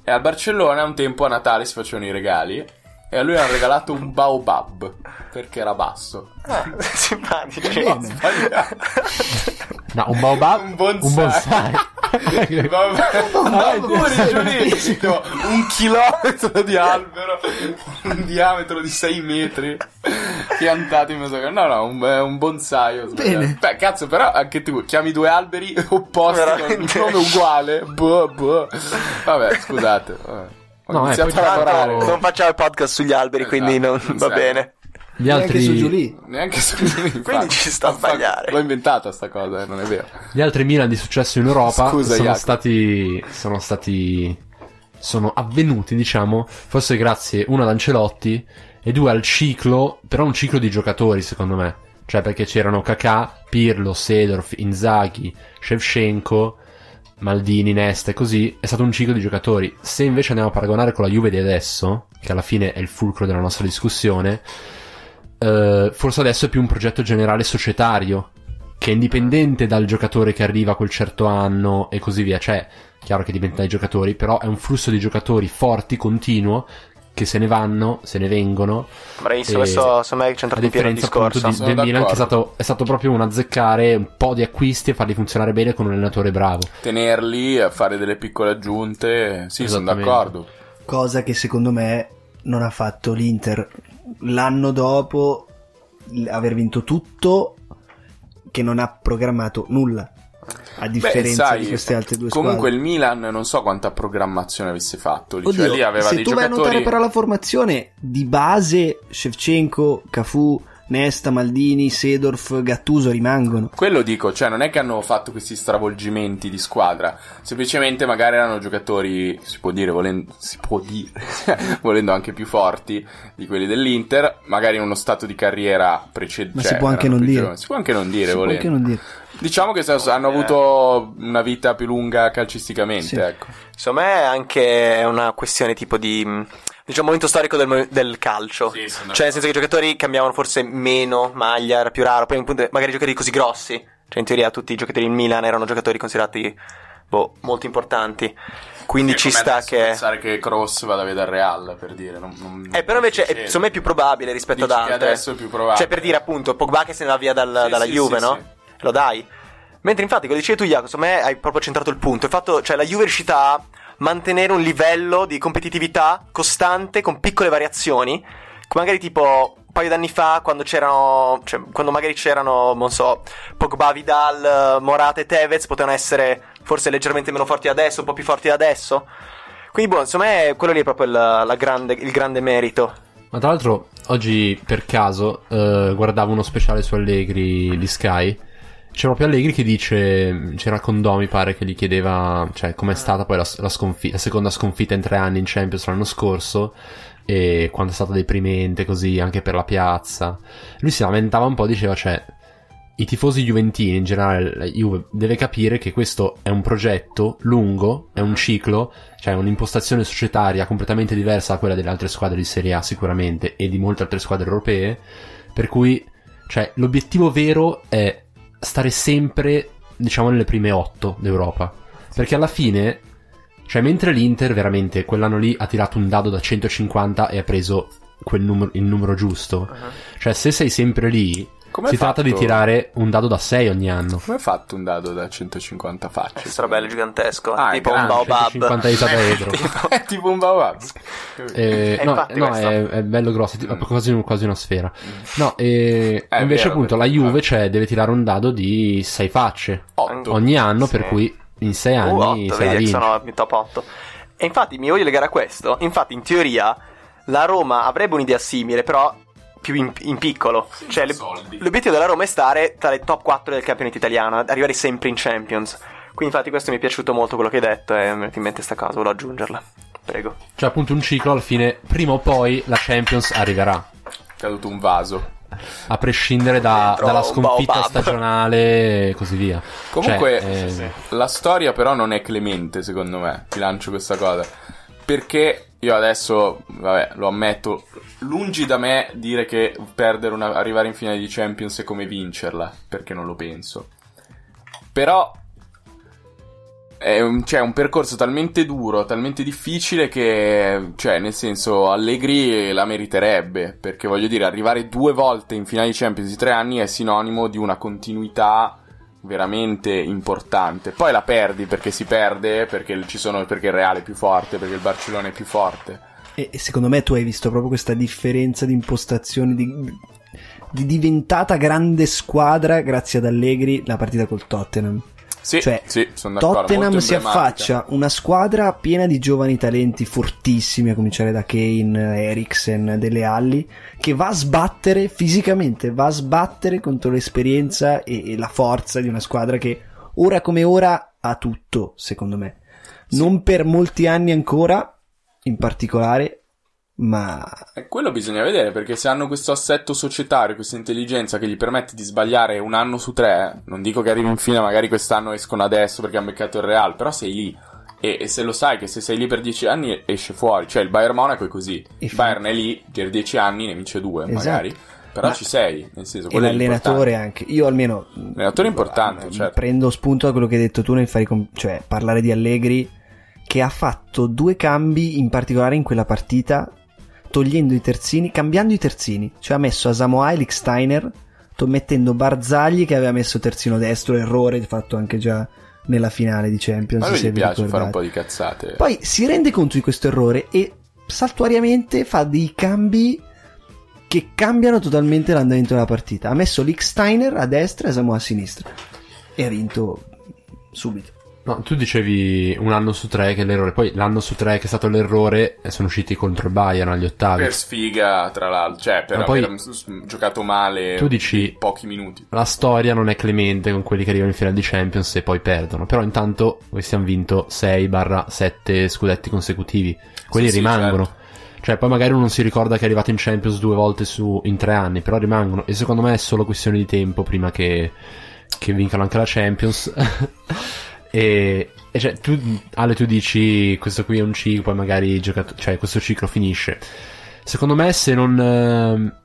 S2: E al Barcellona un tempo a Natale si facevano i regali e a lui hanno regalato un baobab perché era basso.
S3: Ah, simpatici.
S2: Ho sbagliato.
S1: No, un baobab.
S2: Un bonsai.
S1: Un bonsai.
S2: Il baobab-
S1: baobab.
S2: Pure Julie, tipo, un chilometro di albero, un diametro di 6 metri, piantato in mezzo a... No, no, un, è un bonsai. ho sbagliato.
S4: Bene.
S2: Beh, cazzo, però anche tu chiami due alberi opposti con il
S3: Veramente.
S2: nome uguale. Boh, boh. Vabbè, scusate. vabbè. Ho
S1: No, eh,
S2: iniziato
S1: poi tra
S2: a
S3: Tanto
S2: lavorare.
S1: bravo.
S3: non facciamo il podcast sugli alberi, quindi non,
S2: Esatto, non
S3: va
S2: serve.
S3: bene.
S1: Gli
S4: Anche su
S1: altri,
S4: Giulì.
S2: Neanche su Quindi
S3: ci sta a sbagliare.
S2: L'ho inventata sta cosa, eh, non è vero.
S1: gli altri Milan di successo in Europa
S2: Scusa,
S1: sono
S2: Jacopo.
S1: stati. Sono stati. Sono avvenuti, diciamo, forse grazie uno ad Ancelotti e due al ciclo, però un ciclo di giocatori, secondo me. Cioè, perché c'erano Kakà, Pirlo, Sedorf, Inzaghi, Shevchenko, Maldini, Nesta e così. È stato un ciclo di giocatori. Se invece andiamo a paragonare con la Juve di adesso, che alla fine è il fulcro della nostra discussione, eh, forse adesso è più un progetto generale societario, che è indipendente dal giocatore che arriva quel certo anno e così via. Cioè, chiaro che dipende dai giocatori, però è un flusso di giocatori forti, continuo, che se ne vanno, se ne vengono.
S3: Bravissimo,
S2: Eh,
S1: E-
S3: adesso secondo me hai centrato in pieno il
S1: appunto
S3: discorso.
S1: di-
S2: Sono
S1: del Milan che è
S2: d'accordo.
S1: stato, è stato proprio un azzeccare un po' di acquisti e farli funzionare bene con un allenatore bravo.
S2: Tenerli a fare delle piccole aggiunte. Sì, sono
S1: Esattamente.
S2: d'accordo.
S4: Cosa che secondo me non ha fatto l'Inter. L'anno dopo l- aver vinto tutto, che non ha programmato nulla. A differenza
S2: sai,
S4: di queste altre due squadre.
S2: Comunque il Milan non so quanta programmazione avesse fatto. Lì.
S4: Oddio,
S2: Cioè, lì aveva
S4: se
S2: dei
S4: tu vai a
S2: giocatori.
S4: notare però la formazione di base, Shevchenko, Cafu, Nesta, Maldini, Sedorf, Gattuso rimangono.
S2: Quello dico, cioè non è che hanno fatto questi stravolgimenti di squadra, semplicemente magari erano giocatori, si può dire, volendo, si può dire, volendo anche più forti di quelli dell'Inter, magari in uno stato di carriera cioè,
S4: Ma
S2: precedente.
S4: si può anche non dire.
S2: Si può anche non dire,
S4: Si può
S2: volendo.
S4: anche non dire.
S2: Diciamo che se- hanno avuto una vita più lunga calcisticamente,
S4: Sì.
S2: ecco.
S3: Secondo me è anche una questione tipo di mh, diciamo momento storico del, mo- del calcio.
S2: Sì, sono
S3: cioè, nel senso che i giocatori cambiavano forse meno maglia, era più raro. Poi appunto, magari i giocatori così grossi. Cioè, in teoria tutti i giocatori in Milan erano giocatori considerati boh, molto importanti. Quindi ci sta che.
S2: Pensare che Cross vada a vedere al Real, per dire. Non, non-
S3: Eh, però invece è,
S2: succede.
S3: secondo me è più probabile rispetto
S2: Dici
S3: ad
S2: che
S3: altre.
S2: adesso è più probabile.
S3: Cioè, per dire appunto, Pogba che se ne va via dal-
S2: Sì,
S3: dalla
S2: sì,
S3: Juve,
S2: sì,
S3: no?
S2: sì.
S3: Lo dai. Mentre infatti, quello dicevi tu, Jacopo, secondo me hai proprio centrato il punto. Il fatto, cioè, la Juve è riuscita a mantenere un livello di competitività costante con piccole variazioni. che Magari tipo un paio d'anni fa, quando c'erano, cioè, quando magari c'erano, non so, Pogba, Vidal, eh, Morata e Tevez, potevano essere forse leggermente meno forti adesso, un po' più forti adesso. Quindi, boh, secondo me, quello lì è proprio il, la grande- il grande merito.
S1: Ma tra l'altro, oggi per caso eh, guardavo uno speciale su Allegri di Sky. C'è proprio Allegri che dice: C'era Condò, mi pare, che gli chiedeva, cioè, com'è stata poi la, la sconfi- la seconda sconfitta in tre anni in Champions l'anno scorso. E quanto è stata deprimente, così, anche per la piazza. Lui si lamentava un po', diceva, cioè. I tifosi juventini, in generale la Juve, deve capire che questo è un progetto lungo, è un ciclo cioè un'impostazione societaria completamente diversa da quella delle altre squadre di Serie A sicuramente e di molte altre squadre europee, per cui cioè, l'obiettivo vero è stare sempre, diciamo, nelle prime otto d'Europa, perché alla fine, cioè mentre l'Inter veramente quell'anno lì ha tirato un dado da 150 e ha preso quel numero, il numero giusto. Cioè, se sei sempre lì,
S2: Come
S1: si
S2: hai fatto?
S1: tratta di tirare un dado da 6 ogni anno.
S2: Come hai fatto un dado da 150 facce?
S3: È bello gigantesco.
S2: Ah, è
S3: tipo un
S2: grande,
S3: baobab.
S1: 150 di Sabaedro.
S2: È tipo un baobab.
S1: Eh,
S3: Eh,
S1: no,
S3: infatti
S1: no,
S3: questa-
S1: è, è bello grosso, è tipo-
S2: Mm.
S1: quasi, un- quasi una sfera. No, eh,
S2: Eh, è
S1: invece
S2: vero,
S1: appunto la
S2: perché-
S1: Juve cioè, deve tirare un dado di 6 facce
S2: 8.
S1: ogni anno,
S3: Sì.
S1: per cui in 6
S3: Uh,
S1: anni
S3: otto,
S1: se la
S3: vedi
S1: vince.
S3: che sono in top 8. E infatti mi voglio legare a questo. Infatti, in teoria, la Roma avrebbe un'idea simile, però più in, in piccolo. Cioè, le-
S2: soldi.
S3: l'obiettivo della Roma è stare tra le top 4 del campionato italiano, arrivare sempre in Champions. Quindi, infatti, questo mi è piaciuto molto quello che hai detto e mi è venuta in mente sta cosa, volevo aggiungerla. Prego.
S1: Cioè appunto un ciclo alla fine, prima o poi la Champions arriverà.
S2: È caduto un vaso.
S1: a prescindere da-
S3: Dentro
S1: dalla
S3: un
S1: sconfitta
S3: baobab.
S1: stagionale e così via.
S2: Comunque,
S1: Cioè, eh,
S2: la storia però non è clemente, secondo me. Ti lancio questa cosa. Perché io adesso, vabbè, lo ammetto, lungi da me dire che perdere una, arrivare in finale di Champions è come vincerla, perché non lo penso. Però è un, cioè, un percorso talmente duro, talmente difficile che, cioè, nel senso, Allegri la meriterebbe, perché voglio dire, arrivare due volte in finale di Champions di tre anni è sinonimo di una continuità veramente importante. Poi la perdi perché si perde, perché il, ci sono- perché il Reale è più forte, perché il Barcellona è più forte.
S4: E e secondo me tu hai visto proprio questa differenza di impostazione di, di diventata grande squadra grazie ad Allegri la partita col Tottenham.
S2: Sì,
S4: Cioè,
S2: sì, sono d'accordo.
S4: Tottenham
S2: molto
S4: si
S2: emblematica.
S4: affaccia una squadra piena di giovani talenti fortissimi, a cominciare da Kane, Eriksen, Dele Alli, che va a sbattere fisicamente, va a sbattere contro l'esperienza e, e la forza di una squadra che ora come ora ha tutto, secondo me. Non per molti anni ancora, in particolare, ma
S2: Eh, Quello bisogna vedere perché se hanno questo assetto societario, questa intelligenza che gli permette di sbagliare un anno su tre, non dico che arrivi in fine, magari quest'anno escono adesso perché hanno beccato il Real, però sei lì. E, e se lo sai che se sei lì per dieci anni esce fuori, cioè il Bayern Monaco è così.
S4: E
S2: Il
S4: fin-
S2: Bayern è lì per dieci anni, ne vince due
S4: Esatto.
S2: magari, però
S4: Ma-
S2: ci sei, nel senso
S4: e
S2: quello è
S4: l'allenatore anche. Io almeno
S2: L'allenatore è importante,
S4: eh,
S2: certo.
S4: prendo spunto da quello che hai detto tu nel fare com- cioè parlare di Allegri che ha fatto due cambi in particolare in quella partita togliendo i terzini, cambiando i terzini, cioè ha messo Asamoah e Licksteiner to- mettendo Barzagli che aveva messo terzino destro, errore fatto anche già nella finale di Champions,
S2: Ma a lui
S4: se
S2: gli
S4: vi
S2: piace fare un
S4: ricordate.
S2: po' di cazzate.
S4: Poi si rende conto di questo errore e saltuariamente fa dei cambi che cambiano totalmente l'andamento della partita. Ha messo Licksteiner a destra e Samoa a sinistra e ha vinto subito.
S1: no, tu dicevi un anno su tre che è l'errore, poi l'anno su tre che è stato l'errore e sono usciti contro il Bayern agli ottavi.
S2: Per sfiga, tra l'altro, cioè per
S1: Ma poi-
S2: aver s- s- giocato male
S1: Tu dici-
S2: pochi minuti.
S1: La storia non è clemente con quelli che arrivano in finale di Champions e poi perdono, però intanto questi hanno vinto 6-7 scudetti consecutivi, quelli
S2: Sì, certo. sì,
S1: rimangono. Cioè, poi magari uno non si ricorda che è arrivato in Champions due volte su, in tre anni, però rimangono. E secondo me è solo questione di tempo prima che, che vincano anche la Champions. e, e cioè, tu, Ale, tu dici questo qui è un ciclo, poi magari i giocato- cioè, questo ciclo finisce. Secondo me, se non. ehm,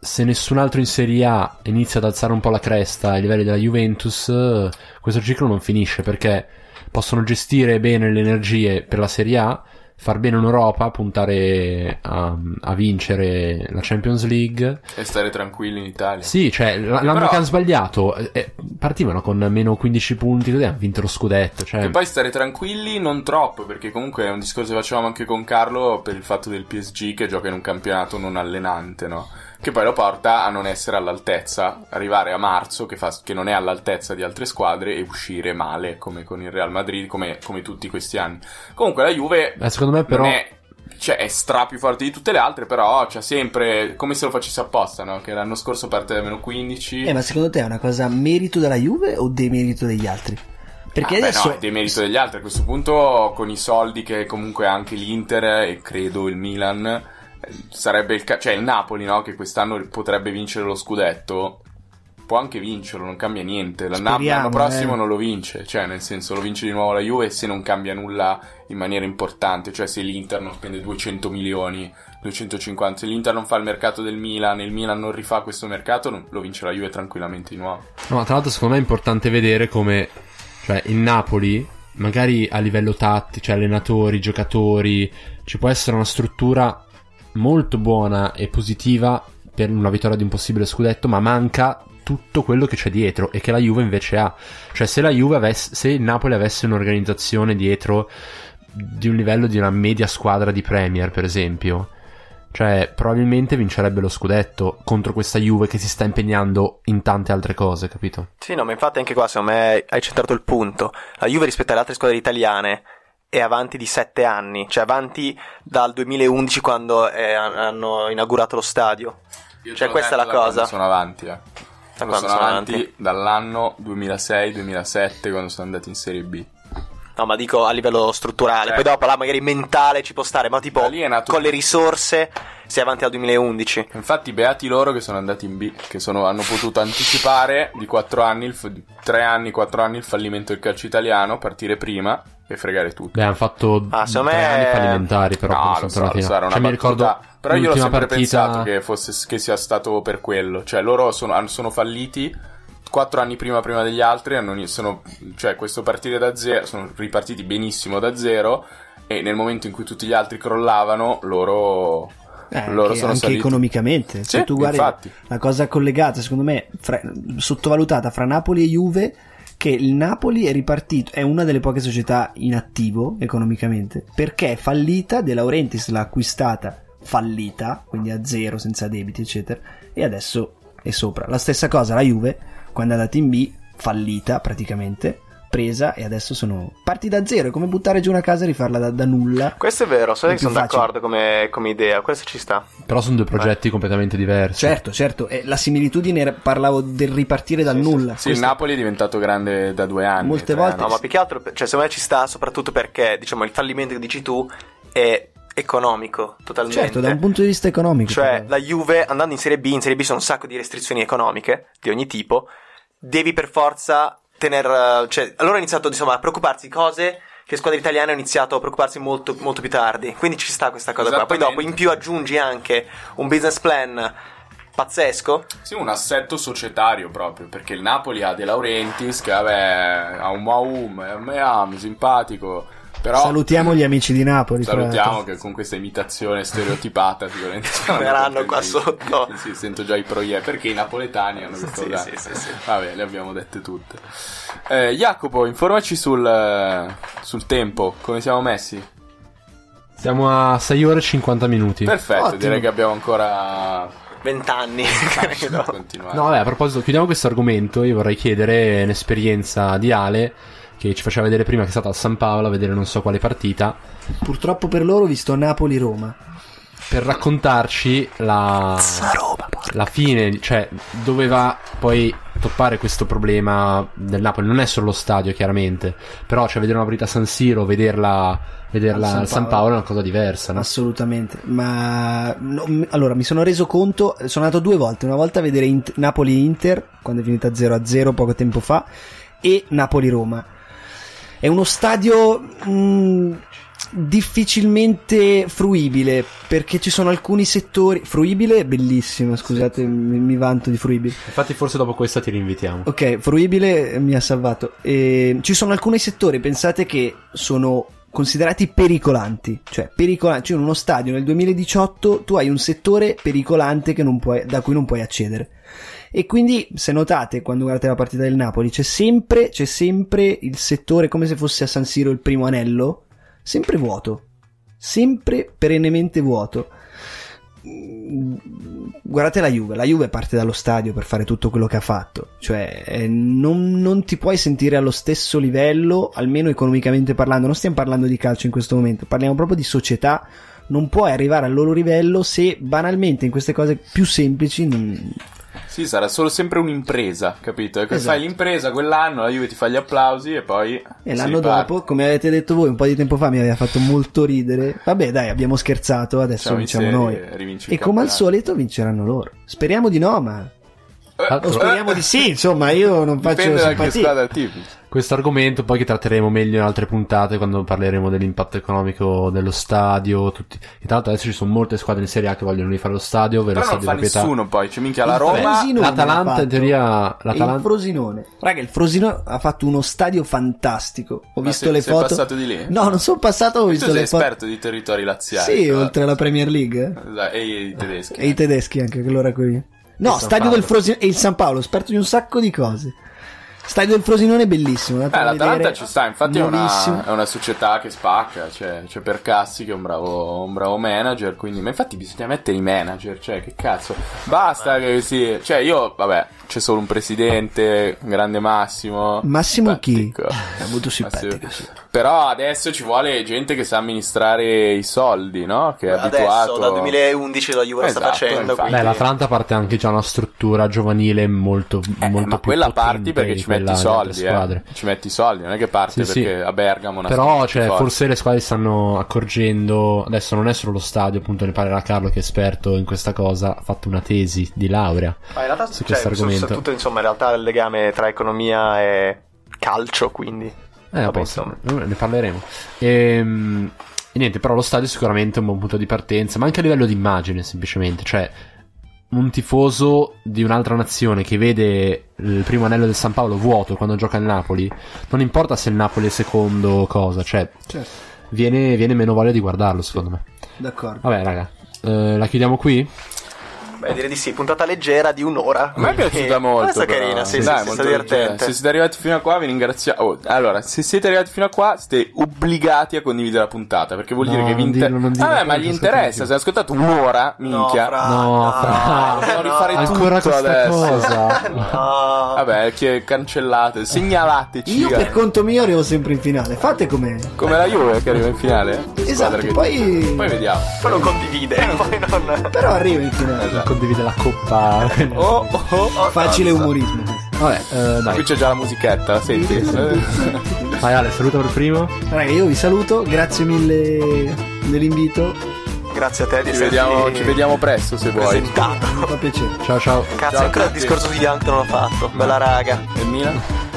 S1: Se nessun altro in Serie A inizia ad alzare un po' la cresta ai livelli della Juventus, eh, questo ciclo non finisce perché possono gestire bene le energie per la Serie A, far bene in Europa, puntare a, a vincere la Champions League.
S2: E stare tranquilli in Italia.
S1: Sì, cioè, l- l'anno
S2: però-
S1: che hanno sbagliato, eh, eh, partivano con meno 15 punti, così hanno vinto lo scudetto. Cioè,
S2: E poi stare tranquilli, non troppo, perché comunque è un discorso che facevamo anche con Carlo per il fatto del PSG che gioca in un campionato non allenante, no? Che poi lo porta a non essere all'altezza, arrivare a marzo che, fa- che non è all'altezza di altre squadre e uscire male, come con il Real Madrid, come, come tutti questi anni. Comunque la Juve
S1: eh, secondo me, però,
S2: non è, cioè, è stra più forte di tutte le altre, però c'ha sempre come se lo facesse apposta, no? Che l'anno scorso parte da meno 15.
S4: Eh, ma secondo te è una cosa merito della Juve o demerito degli altri? Perché
S2: Ah, beh,
S4: adesso
S2: no, è demerito degli altri a questo punto con i soldi che comunque ha anche l'Inter e credo il Milan eh, sarebbe il ca- cioè il Napoli no che quest'anno potrebbe vincere lo scudetto può anche vincerlo non cambia niente La-
S4: Speriamo,
S2: l'anno prossimo
S4: eh.
S2: non lo vince cioè nel senso lo vince di nuovo la Juve se non cambia nulla in maniera importante cioè se l'Inter non spende 200 milioni 250 se l'Inter non fa il mercato del Milan e il Milan non rifà questo mercato non- lo vince la Juve tranquillamente di nuovo
S1: No, tra l'altro secondo me è importante vedere come cioè, il Napoli, magari a livello tattico, cioè allenatori, giocatori, ci può essere una struttura molto buona e positiva per una vittoria di un possibile scudetto, ma manca tutto quello che c'è dietro e che la Juve invece ha. Cioè, se la Juve avesse, se il Napoli avesse un'organizzazione dietro di un livello di una media squadra di Premier, per esempio, cioè, probabilmente vincerebbe lo scudetto contro questa Juve che si sta impegnando in tante altre cose, capito?
S3: Sì, no, ma infatti anche qua secondo me hai centrato il punto. La Juve rispetto alle altre squadre italiane è avanti di 7 anni, cioè avanti dal 2011 quando eh, han- hanno inaugurato lo stadio.
S2: Io
S3: Cioè,
S2: te l'ho
S3: questa è la
S2: detto da quando
S3: cosa.
S2: Sono avanti, eh.
S3: Da
S2: Quando
S3: quando
S2: sono
S3: sono
S2: avanti, dall'anno 2006-2007 quando sono andati in Serie B.
S3: No, ma dico a livello strutturale,
S2: Eh.
S3: poi dopo là magari mentale ci può stare, ma tipo
S2: Da lì è nato
S3: con le
S2: tutto.
S3: risorse sei avanti al 2011.
S2: Infatti, beati loro che sono andati in B, che sono- hanno potuto anticipare di 4 anni, il, f- di 3 anni, 4 anni il fallimento del calcio italiano, partire prima e fregare tutto.
S1: Beh, hanno fatto
S3: Ah, secondo
S1: tre
S3: me-
S1: anni fallimentari, però
S2: no,
S1: quando
S2: Ah,
S1: sono
S2: lo so, lo
S1: tornati
S2: so, era
S1: là.
S2: una
S1: Cioè, mi
S2: battuta,
S1: ricordo
S2: Però io l'ho
S1: l'ultima
S2: sempre
S1: partita-
S2: pensato che, fosse, che sia stato per quello. Cioè, loro sono, han- sono falliti 4 anni prima, prima degli altri. hanno ini- sono, cioè, questo partire da zero, sono ripartiti benissimo da zero. E nel momento in cui tutti gli altri crollavano, loro,
S4: Eh,
S2: loro
S4: anche-
S2: sono
S4: anche
S2: saliti.
S4: economicamente.
S2: Sì,
S4: Se tu guardi
S2: infatti.
S4: la cosa collegata, secondo me, fra- sottovalutata fra Napoli e Juve, che il Napoli è ripartito, è una delle poche società in attivo economicamente, perché è fallita, De Laurentiis l'ha acquistata fallita, quindi a zero, senza debiti, eccetera, e adesso è sopra. La stessa cosa la Juve, quando è andata in B, fallita praticamente, presa e adesso sono parti da zero, è come buttare giù una casa e rifarla da, da nulla.
S3: Questo è vero, so
S4: È
S3: che
S4: più
S3: sono
S4: facile.
S3: d'accordo come, come idea, questo ci sta.
S1: Però sono due progetti completamente diversi.
S4: Certo, certo, e la similitudine era- parlavo del ripartire dal nulla.
S2: Sì, il
S4: Questo-
S2: Napoli è diventato grande da due anni.
S4: Molte
S2: tre
S4: volte-
S2: anni.
S3: No, ma più che altro, cioè, secondo me ci sta soprattutto perché, diciamo, il fallimento che dici tu è economico, totalmente.
S4: certo, da un punto di vista economico.
S3: Cioè,
S4: però.
S3: la Juve andando in Serie B, in Serie B sono un sacco di restrizioni economiche di ogni tipo, devi per forza tener... Cioè, allora ho iniziato, insomma, a preoccuparsi di cose che le squadre italiane hanno iniziato a preoccuparsi molto, molto più tardi. Quindi ci sta questa cosa qua. Poi dopo, in più, aggiungi anche un business plan pazzesco.
S2: Sì, un assetto societario proprio, perché il Napoli ha De Laurentiis, che vabbè, ha un Maum, è un Meam, simpatico, però...
S4: Salutiamo gli amici di Napoli. tra
S2: Salutiamo
S4: l'altro.
S2: che con questa imitazione stereotipata sicuramente saranno
S3: Verranno qua
S2: contenti.
S3: sotto.
S2: Sì, sento già i proiettili perché i napoletani hanno questo
S3: Sì,
S2: da-
S3: sì, sì, sì.
S2: Vabbè, le abbiamo dette tutte. Eh, Jacopo, informaci sul, eh, sul tempo, come siamo messi?
S1: Siamo a 6 ore e 50 minuti.
S2: Perfetto,
S4: Ottimo.
S2: direi che abbiamo ancora
S3: Vent'anni,
S2: da
S3: credo.
S2: continuare.
S1: No, vabbè, a proposito, chiudiamo questo argomento. Io vorrei chiedere un'esperienza di Ale che ci faceva vedere prima che è stata a San Paolo a vedere non so quale partita
S4: Purtroppo per loro ho visto Napoli-Roma.
S1: per raccontarci la
S3: Sta roba, porca.
S1: la fine, cioè, doveva poi toppare questo problema del Napoli. Non è solo lo stadio, chiaramente. Però, cioè, vedere una partita a San Siro, vederla, vederla
S4: Al San
S1: al San
S4: Paolo.
S1: Paolo è una cosa diversa, no?
S4: Assolutamente. Ma no, m- allora mi sono reso conto. Sono andato due volte. Una volta a vedere Int- Napoli-Inter, quando è finita 0-0 poco tempo fa, e Napoli-Roma. È uno stadio mh, difficilmente fruibile perché ci sono alcuni settori. Fruibile è bellissimo, scusate, mi- mi vanto di fruibile.
S1: Infatti, forse dopo questa ti rinvitiamo.
S4: Ok, fruibile eh, mi ha salvato. E, ci sono alcuni settori, pensate che sono considerati pericolanti, cioè pericolanti, cioè in uno stadio nel 2018 tu hai un settore pericolante che non puoi- da cui non puoi accedere. E quindi, se notate, quando guardate la partita del Napoli, c'è sempre, c'è sempre il settore, come se fosse a San Siro il primo anello, sempre vuoto. Sempre perennemente vuoto. Mm, Guardate la Juve, la Juve parte dallo stadio per fare tutto quello che ha fatto, cioè eh, non, non ti puoi sentire allo stesso livello, almeno economicamente parlando, non stiamo parlando di calcio in questo momento, parliamo proprio di società, non puoi arrivare al loro livello se banalmente in queste cose più semplici non,
S2: Sì, sarà solo sempre un'impresa, capito? E che
S4: Esatto.
S2: fai l'impresa quell'anno, la Juve ti fa gli applausi e poi...
S4: E
S2: si
S4: l'anno
S2: riparte.
S4: dopo, come avete detto voi un po' di tempo fa, mi aveva fatto molto ridere. Vabbè, dai, abbiamo scherzato, adesso
S2: Siamo in
S4: vinciamo
S2: serie,
S4: noi.
S2: rivinci il
S4: E come al
S2: campionato.
S4: solito vinceranno loro. Speriamo di no, ma
S1: Altro-
S4: Speriamo di sì, insomma, io non faccio
S2: Dipende da che
S4: simpatia.
S2: strada attivi.
S1: Questo argomento poi che tratteremo meglio in altre puntate quando parleremo dell'impatto economico dello stadio. Tutti... Che tra l'altro adesso ci sono molte squadre in Serie A che vogliono rifare lo stadio, ovvero
S2: Però
S1: lo
S2: non
S1: stadio
S2: fa
S1: di proprietà.
S2: nessuno poi, cioè minchia la
S4: Il
S2: Roma...
S4: Frosinone ha
S1: L'Atalanta
S4: fatto.
S1: in teoria.
S4: E il
S1: L'Atalanta...
S4: Frosinone. Raga, il Frosinone ha fatto uno stadio fantastico. Ho
S2: Ma
S4: visto
S2: sei-
S4: le
S2: sei
S4: foto.
S2: passato di lì?
S4: No, non sono passato, ho
S2: Tu
S4: visto
S2: sei
S4: le foto.
S2: esperto di eh. territori laziali.
S4: Sì,
S2: tra l'altro.
S4: oltre alla Premier League.
S2: Esatto, E i tedeschi.
S4: E i tedeschi anche, allora qui. No,
S1: San
S4: stadio
S1: Paolo.
S4: del Frosinone e il San Paolo, esperto di un sacco di cose. Stadio del Frosinone è bellissimo.
S2: Eh,
S4: andate a
S2: l'Atalanta
S4: vedere.
S2: ci sta, infatti è una,
S4: Nuovissimo.
S2: è una società che spacca, cioè, c'è Percassi che è un bravo, un bravo manager, quindi, ma infatti bisogna mettere i manager, cioè, che cazzo, basta che sì, cioè io, vabbè, c'è solo un presidente, un grande Massimo.
S4: Massimo chi?
S2: Simpatico.
S4: È molto simpatico.
S2: Massimo. Però adesso ci vuole gente che sa amministrare i soldi, no? Che è abituato.
S3: Adesso, dal 2011 la Juve lo sta
S2: Esatto,
S3: facendo.
S2: infatti.
S1: Beh,
S3: quindi-
S1: l'Atalanta parte anche già una struttura giovanile molto,
S2: Eh,
S1: molto
S2: ma
S1: più
S2: quella
S1: potente
S2: parti perché
S1: di
S2: ci metti
S1: quella
S2: i
S1: delle altre
S2: soldi, eh.
S1: squadre.
S2: ci metti i soldi, non è che parte
S1: Sì, sì.
S2: perché a Bergamo una
S1: Però,
S2: squadra
S1: cioè,
S2: più forte.
S1: forse le squadre stanno accorgendo. Adesso non è solo lo stadio, appunto, ne parlerà Carlo, che è esperto in questa cosa. Ha fatto una tesi di laurea.
S3: Ma in realtà
S1: su
S3: cioè,
S1: questo
S3: su-
S1: argomento.
S3: su tutto, insomma, in realtà il legame tra economia e calcio, quindi.
S1: Eh,
S3: Vabbè,
S1: poi,
S3: insomma.
S1: insomma, ne parleremo. Ehm, E, niente, però lo stadio è sicuramente un buon punto di partenza, ma anche a livello di immagine, semplicemente. Cioè, un tifoso di un'altra nazione che vede il primo anello del San Paolo vuoto quando gioca al Napoli, non importa se il Napoli è secondo o cosa, cioè,
S4: Certo,
S1: viene, viene meno voglia di guardarlo, secondo me.
S4: d'accordo.
S1: Vabbè, raga, eh, la chiudiamo qui?
S3: Beh, direi di sì, puntata leggera di un'ora.
S2: A me è piaciuta molto.
S3: Eh, Questa è
S2: però.
S3: carina, sì,
S2: Dai,
S3: sì,
S2: è
S3: sì,
S2: molto
S3: sta divertente.
S2: leggera. Se siete arrivati fino a qua, vi ringraziamo. Oh, allora, se siete arrivati fino a qua, siete obbligati a condividere la puntata. Perché vuol
S1: No,
S2: dire che vi
S1: non
S2: interessa.
S1: dirlo, non dirlo,
S2: ah, beh, ma
S1: poi
S2: gli
S1: ci
S2: interessa.
S1: ascoltiamo.
S2: Se ascoltate un'ora, minchia.
S3: fra,
S1: No, fra.
S2: Dobbiamo Ah, rifare tutto
S1: Ancora questa
S2: adesso.
S1: cosa?
S3: No.
S2: Vabbè, che cancellate. Segnalateci.
S4: Io per
S2: ragazzi.
S4: conto mio arrivo sempre in finale. Fate come.
S2: Come la Juve che arriva in finale.
S1: Esatto,
S2: Squadra che-
S4: poi-
S2: poi vediamo.
S3: Poi non
S2: Eh,
S3: condivide, poi non...
S4: Però arrivo in finale.
S2: Esatto.
S1: Condivide la coppa.
S2: Oh, oh, oh, oh,
S4: Facile
S2: danza.
S4: umorismo questo.
S1: Vabbè, eh,
S2: Qui
S1: dai.
S2: c'è già la musichetta, la senti? Eh,
S1: Vai Ale, saluta per primo.
S4: Raga, io vi saluto, grazie mille dell'invito. Mi
S3: Grazie a te di
S2: ci,
S3: averci
S2: vediamo, ci vediamo presto se vuoi.
S3: presentato.
S4: fa piacere.
S1: Ciao ciao.
S3: Cazzo,
S2: Ciao a
S3: ancora il
S2: tutti.
S3: discorso di Young non l'ho fatto. Bella raga.
S2: E Milan?